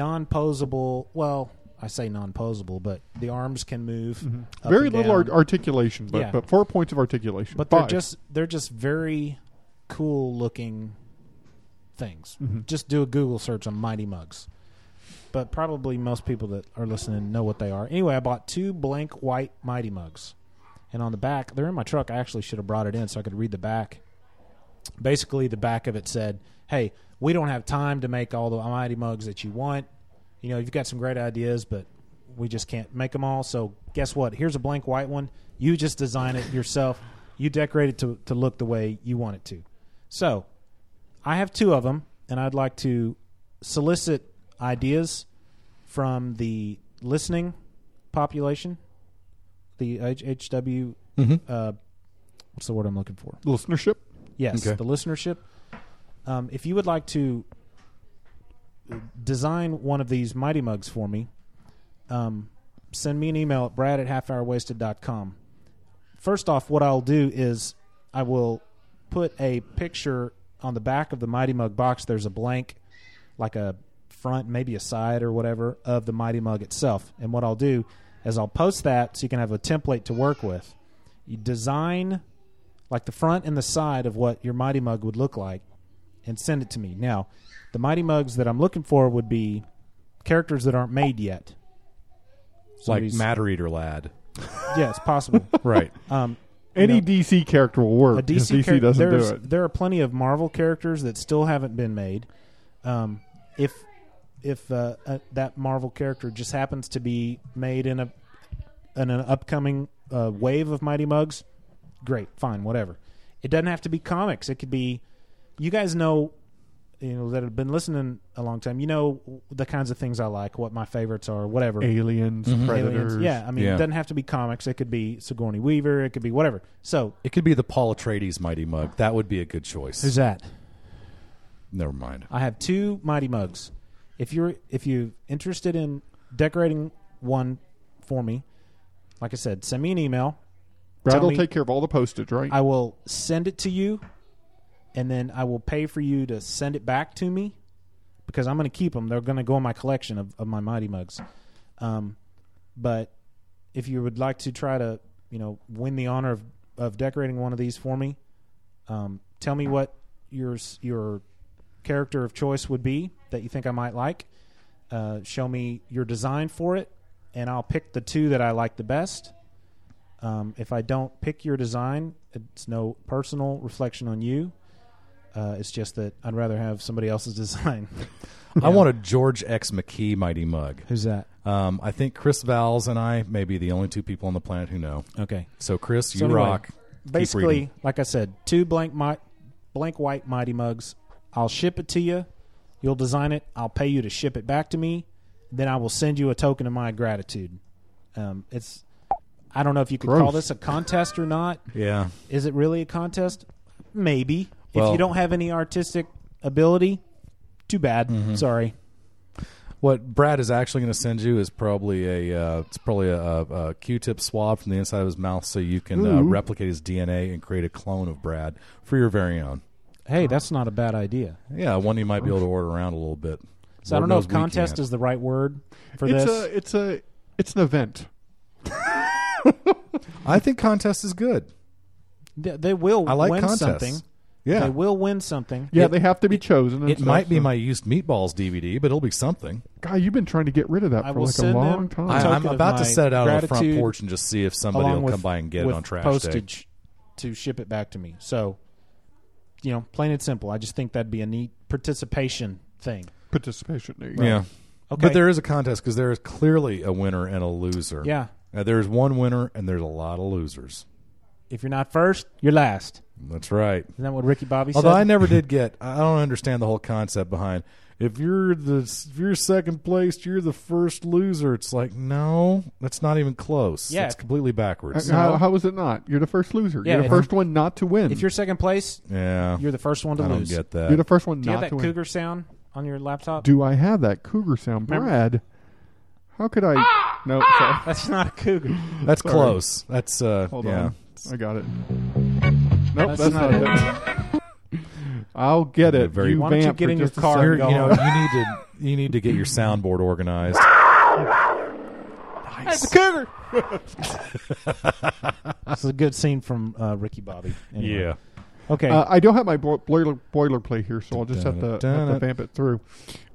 Speaker 12: non-posable. Well, I say non-posable, but the arms can move. up
Speaker 11: Mm-hmm. Very
Speaker 12: and
Speaker 11: little
Speaker 12: down.
Speaker 11: art- articulation, but,
Speaker 12: Yeah.
Speaker 11: but four points of articulation.
Speaker 12: But
Speaker 11: Five.
Speaker 12: they're just they're just very cool looking things.
Speaker 11: Mhm.
Speaker 12: Just do a Google search on Mighty Mugs. But probably most people that are listening know what they are. Anyway, I bought two blank white Mighty Mugs. And on the back, they're in my truck. I actually should have brought it in so I could read the back. Basically, the back of it said, "Hey, we don't have time to make all the Mighty Mugs that you want. You know, you've got some great ideas, but we just can't make them all. So guess what? Here's a blank white one. You just design it yourself. You decorate it to, to look the way you want it to. So I have two of them, and I'd like to solicit ideas from the listening population, the H- HW.
Speaker 9: Mhm.
Speaker 12: Uh, what's the word I'm looking for?
Speaker 11: listenership.
Speaker 12: Yes,
Speaker 9: Okay.
Speaker 12: the listenership. Um, if you would like to design one of these Mighty Mugs for me, um, send me an email at brad at halfhourwasted.com. First off, what I'll do is I will put a picture on the back of the Mighty Mug box. There's a blank, like a front, maybe a side or whatever, of the Mighty Mug itself. And what I'll do is I'll post that so you can have a template to work with. You design like the front and the side of what your Mighty Mug would look like and send it to me. Now, the Mighty Mugs that I'm looking for would be characters that aren't made yet.
Speaker 9: like
Speaker 12: Somebody's-
Speaker 9: Matter Eater Lad.
Speaker 12: yeah, it's possible.
Speaker 9: Right.
Speaker 12: Um,
Speaker 11: Any DC character will work.
Speaker 12: a
Speaker 11: if
Speaker 12: DC,
Speaker 11: DC
Speaker 12: char-
Speaker 11: doesn't do
Speaker 12: there's-
Speaker 11: it.
Speaker 12: There are plenty of Marvel characters that still haven't been made. Um, if if uh, uh, that Marvel character just happens to be made in a in an upcoming uh, wave of Mighty Mugs, great, fine, whatever. It doesn't have to be comics. It could be. You guys know, you know that have been listening a long time. You know the kinds of things I like, what my favorites are, whatever.
Speaker 11: Aliens,
Speaker 12: Mm-hmm. Aliens,
Speaker 11: Predators.
Speaker 12: Yeah, I mean,
Speaker 9: Yeah.
Speaker 12: it doesn't have to be comics. It could be Sigourney Weaver. It could be whatever. So
Speaker 9: It could be the Paul Atreides Mighty Mug. That would be a good choice.
Speaker 12: who's that?
Speaker 9: Never mind.
Speaker 12: I have two mighty mugs. If you're if you're interested in decorating one for me, like I said, send me an email.
Speaker 11: Brad
Speaker 12: Tell
Speaker 11: will
Speaker 12: me-
Speaker 11: take care of all the postage, right?
Speaker 12: I will send it to you, and then I will pay for you to send it back to me because I'm going to keep them. They're going to go in my collection of, of my mighty mugs. Um, but if you would like to try to, you know, win the honor of, of decorating one of these for me, um, tell me what your s- your character of choice would be that you think I might like. Uh, show me your design for it, and I'll pick the two that I like the best. Um, if I don't pick your design, it's no personal reflection on you. Uh, it's just that I'd rather have somebody else's design.
Speaker 9: I want a George X. McKee Mighty Mug.
Speaker 12: Who's that?
Speaker 9: Um, I think Chris Valls and I may be the only two people on the planet who know.
Speaker 12: Okay.
Speaker 9: So, Chris, you
Speaker 12: So anyway,
Speaker 9: rock. Keep reading.
Speaker 12: Basically, like I said, two blank mi- blank white mighty mugs. I'll ship it to you. You'll design it. I'll pay you to ship it back to me. Then I will send you a token of my gratitude. Um, it's I don't know if you could call
Speaker 9: Gross.
Speaker 12: this a contest or not.
Speaker 9: Yeah.
Speaker 12: Is it really a contest? Maybe. if
Speaker 9: Well-
Speaker 12: you don't have any artistic ability, too bad.
Speaker 9: Mm-hmm.
Speaker 12: Sorry.
Speaker 9: What Brad is actually going to send you is probably a uh, it's probably a, a, a Q-tip swab from the inside of his mouth, so you can uh,
Speaker 12: Ooh.
Speaker 9: replicate his DNA and create a clone of Brad for your very own.
Speaker 12: Hey, that's not a bad idea.
Speaker 9: Yeah, one you might be able to order around a little bit.
Speaker 12: So I
Speaker 9: Lord
Speaker 12: don't know
Speaker 9: knows
Speaker 12: if
Speaker 9: we can't.
Speaker 12: contest is the right word for
Speaker 11: it's
Speaker 12: this.
Speaker 11: a it's a it's an event.
Speaker 9: I think contest is good.
Speaker 12: They, they will
Speaker 9: I like
Speaker 12: win
Speaker 9: contests.
Speaker 12: something.
Speaker 9: Yeah.
Speaker 12: They will win something.
Speaker 11: Yeah, they have to be chosen. and
Speaker 9: It
Speaker 11: stuff,
Speaker 9: might be
Speaker 11: so-
Speaker 9: my used meatballs DVD, but it'll be something.
Speaker 11: God, you've been trying to get rid of that
Speaker 12: I
Speaker 11: for
Speaker 12: will
Speaker 11: like a
Speaker 12: send
Speaker 11: long
Speaker 12: them
Speaker 11: time.
Speaker 12: a
Speaker 9: I, I'm
Speaker 12: token of
Speaker 9: about to
Speaker 12: my
Speaker 9: set it out on the front
Speaker 12: gratitude
Speaker 9: porch and just see if somebody
Speaker 12: along
Speaker 9: will
Speaker 12: with-
Speaker 9: come by and get it
Speaker 12: with
Speaker 9: on trash day.
Speaker 12: postage to ship it back to me. So, you know, plain and simple. I just think that'd be a neat participation thing.
Speaker 11: Participation. There you
Speaker 9: Yeah.
Speaker 11: go.
Speaker 12: Okay.
Speaker 9: But there is a contest because there is clearly a winner and a loser.
Speaker 12: Yeah.
Speaker 9: Uh, there's one winner and there's a lot of losers.
Speaker 12: If you're not first, you're last.
Speaker 9: That's right.
Speaker 12: Isn't that what Ricky Bobby
Speaker 9: Although
Speaker 12: said?
Speaker 9: I never did get, I don't understand the whole concept behind if you're the if you're second place, you're the first loser. It's like no, that's not even close.
Speaker 12: Yeah.
Speaker 9: it's completely
Speaker 11: Uh,
Speaker 9: backwards.
Speaker 11: How, how is it not? You're the first loser.
Speaker 12: Yeah,
Speaker 11: you're the
Speaker 12: if-
Speaker 11: first one not to win.
Speaker 12: If you're second place,
Speaker 9: yeah,
Speaker 12: you're the first one to
Speaker 9: I don't
Speaker 12: lose.
Speaker 9: get that.
Speaker 11: You're the first one
Speaker 12: Do you
Speaker 11: not
Speaker 12: have that
Speaker 11: to win.
Speaker 12: cougar sound on your laptop?
Speaker 11: Do I have that cougar sound,
Speaker 12: Remember- Ah!
Speaker 11: Brad? How could I? no, sorry.
Speaker 12: That's not a cougar.
Speaker 9: That's
Speaker 11: Sorry.
Speaker 9: close. That's uh,
Speaker 11: Hold
Speaker 9: yeah.
Speaker 11: on, I got it. Nope,
Speaker 12: That's
Speaker 11: that's,
Speaker 12: not
Speaker 11: not, it. I'll get it.
Speaker 9: Very-
Speaker 11: you
Speaker 12: Why don't you
Speaker 11: vamp
Speaker 12: get
Speaker 11: for
Speaker 12: in your
Speaker 11: just a
Speaker 12: car
Speaker 11: second.
Speaker 9: You're-
Speaker 12: and
Speaker 9: you
Speaker 12: go
Speaker 9: know,
Speaker 12: on.
Speaker 9: you need to you need to get your soundboard organized.
Speaker 12: That's a cougar. this is a good scene from uh, Ricky Bobby. Anyway.
Speaker 9: Yeah.
Speaker 12: Okay.
Speaker 11: Uh, I don't have my boi- boiler boilerplate here, so I'll just have to, have to
Speaker 9: Dun-dun-dun.
Speaker 11: vamp it through.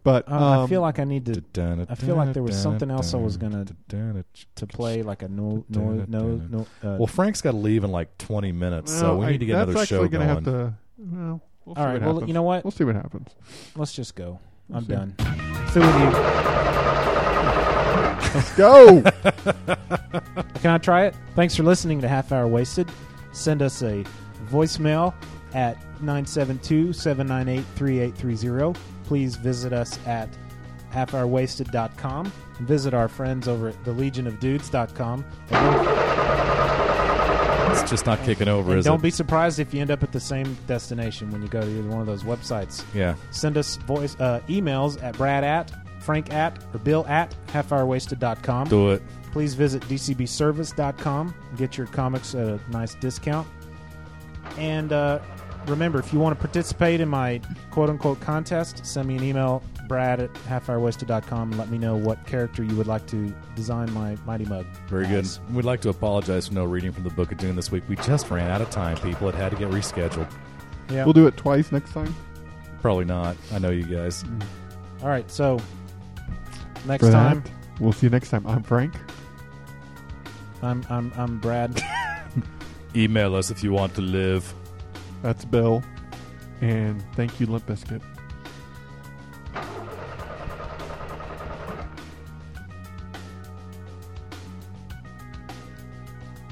Speaker 11: But
Speaker 12: Uh, I
Speaker 11: um,
Speaker 12: feel like I need to. I feel like there was something else I was gonna to play, like a no, no, no, no. Uh,
Speaker 9: Well, Frank's got to leave in like 20 minutes, so
Speaker 11: well,
Speaker 9: we
Speaker 11: I-
Speaker 9: need to get
Speaker 11: that's
Speaker 9: another show
Speaker 11: actually
Speaker 9: going.
Speaker 11: gonna Have to, well, we'll see
Speaker 12: All right,
Speaker 11: What
Speaker 12: well,
Speaker 11: happens.
Speaker 12: you know what?
Speaker 11: We'll see what happens.
Speaker 12: let's just go. I'm
Speaker 11: see.
Speaker 12: done. Through with you.
Speaker 11: Let's go.
Speaker 12: Can I try it? Thanks for listening to Half Hour Wasted. Send us a voicemail at 972 798 3830. Please visit us at halfhourwasted.com and visit our friends over at thelegionofdudes.com. And don't,
Speaker 9: It's just not kicking over,
Speaker 12: and
Speaker 9: is
Speaker 12: don't
Speaker 9: it?
Speaker 12: be surprised if you end up at the same destination when you go to either one of those websites.
Speaker 9: yeah.
Speaker 12: Send us voice uh, emails at brad at Frank at or Bill at halfhourwasted.com.
Speaker 9: Do it.
Speaker 12: Please visit dcbservice.com and get your comics at a nice discount. And uh, remember, if you want to participate in my quote unquote contest, send me an email, brad at halfhourwasted.com, and let me know what character you would like to design my Mighty Mug.
Speaker 9: Very good. We'd like to apologize for no reading from the Book of Dune this week. We just ran out of time, people. It had to get rescheduled.
Speaker 12: Yeah.
Speaker 11: We'll do it twice next time.
Speaker 9: Probably not. I know you guys.
Speaker 11: Mm.
Speaker 12: All right, so next
Speaker 11: Brad,
Speaker 12: time.
Speaker 11: We'll see you next time. I'm Frank.
Speaker 12: I'm I'm I'm Brad.
Speaker 9: Email us if you want to live.
Speaker 11: That's Bill. And thank you, Limp Biscuit.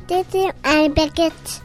Speaker 17: This is Annie Biscuits.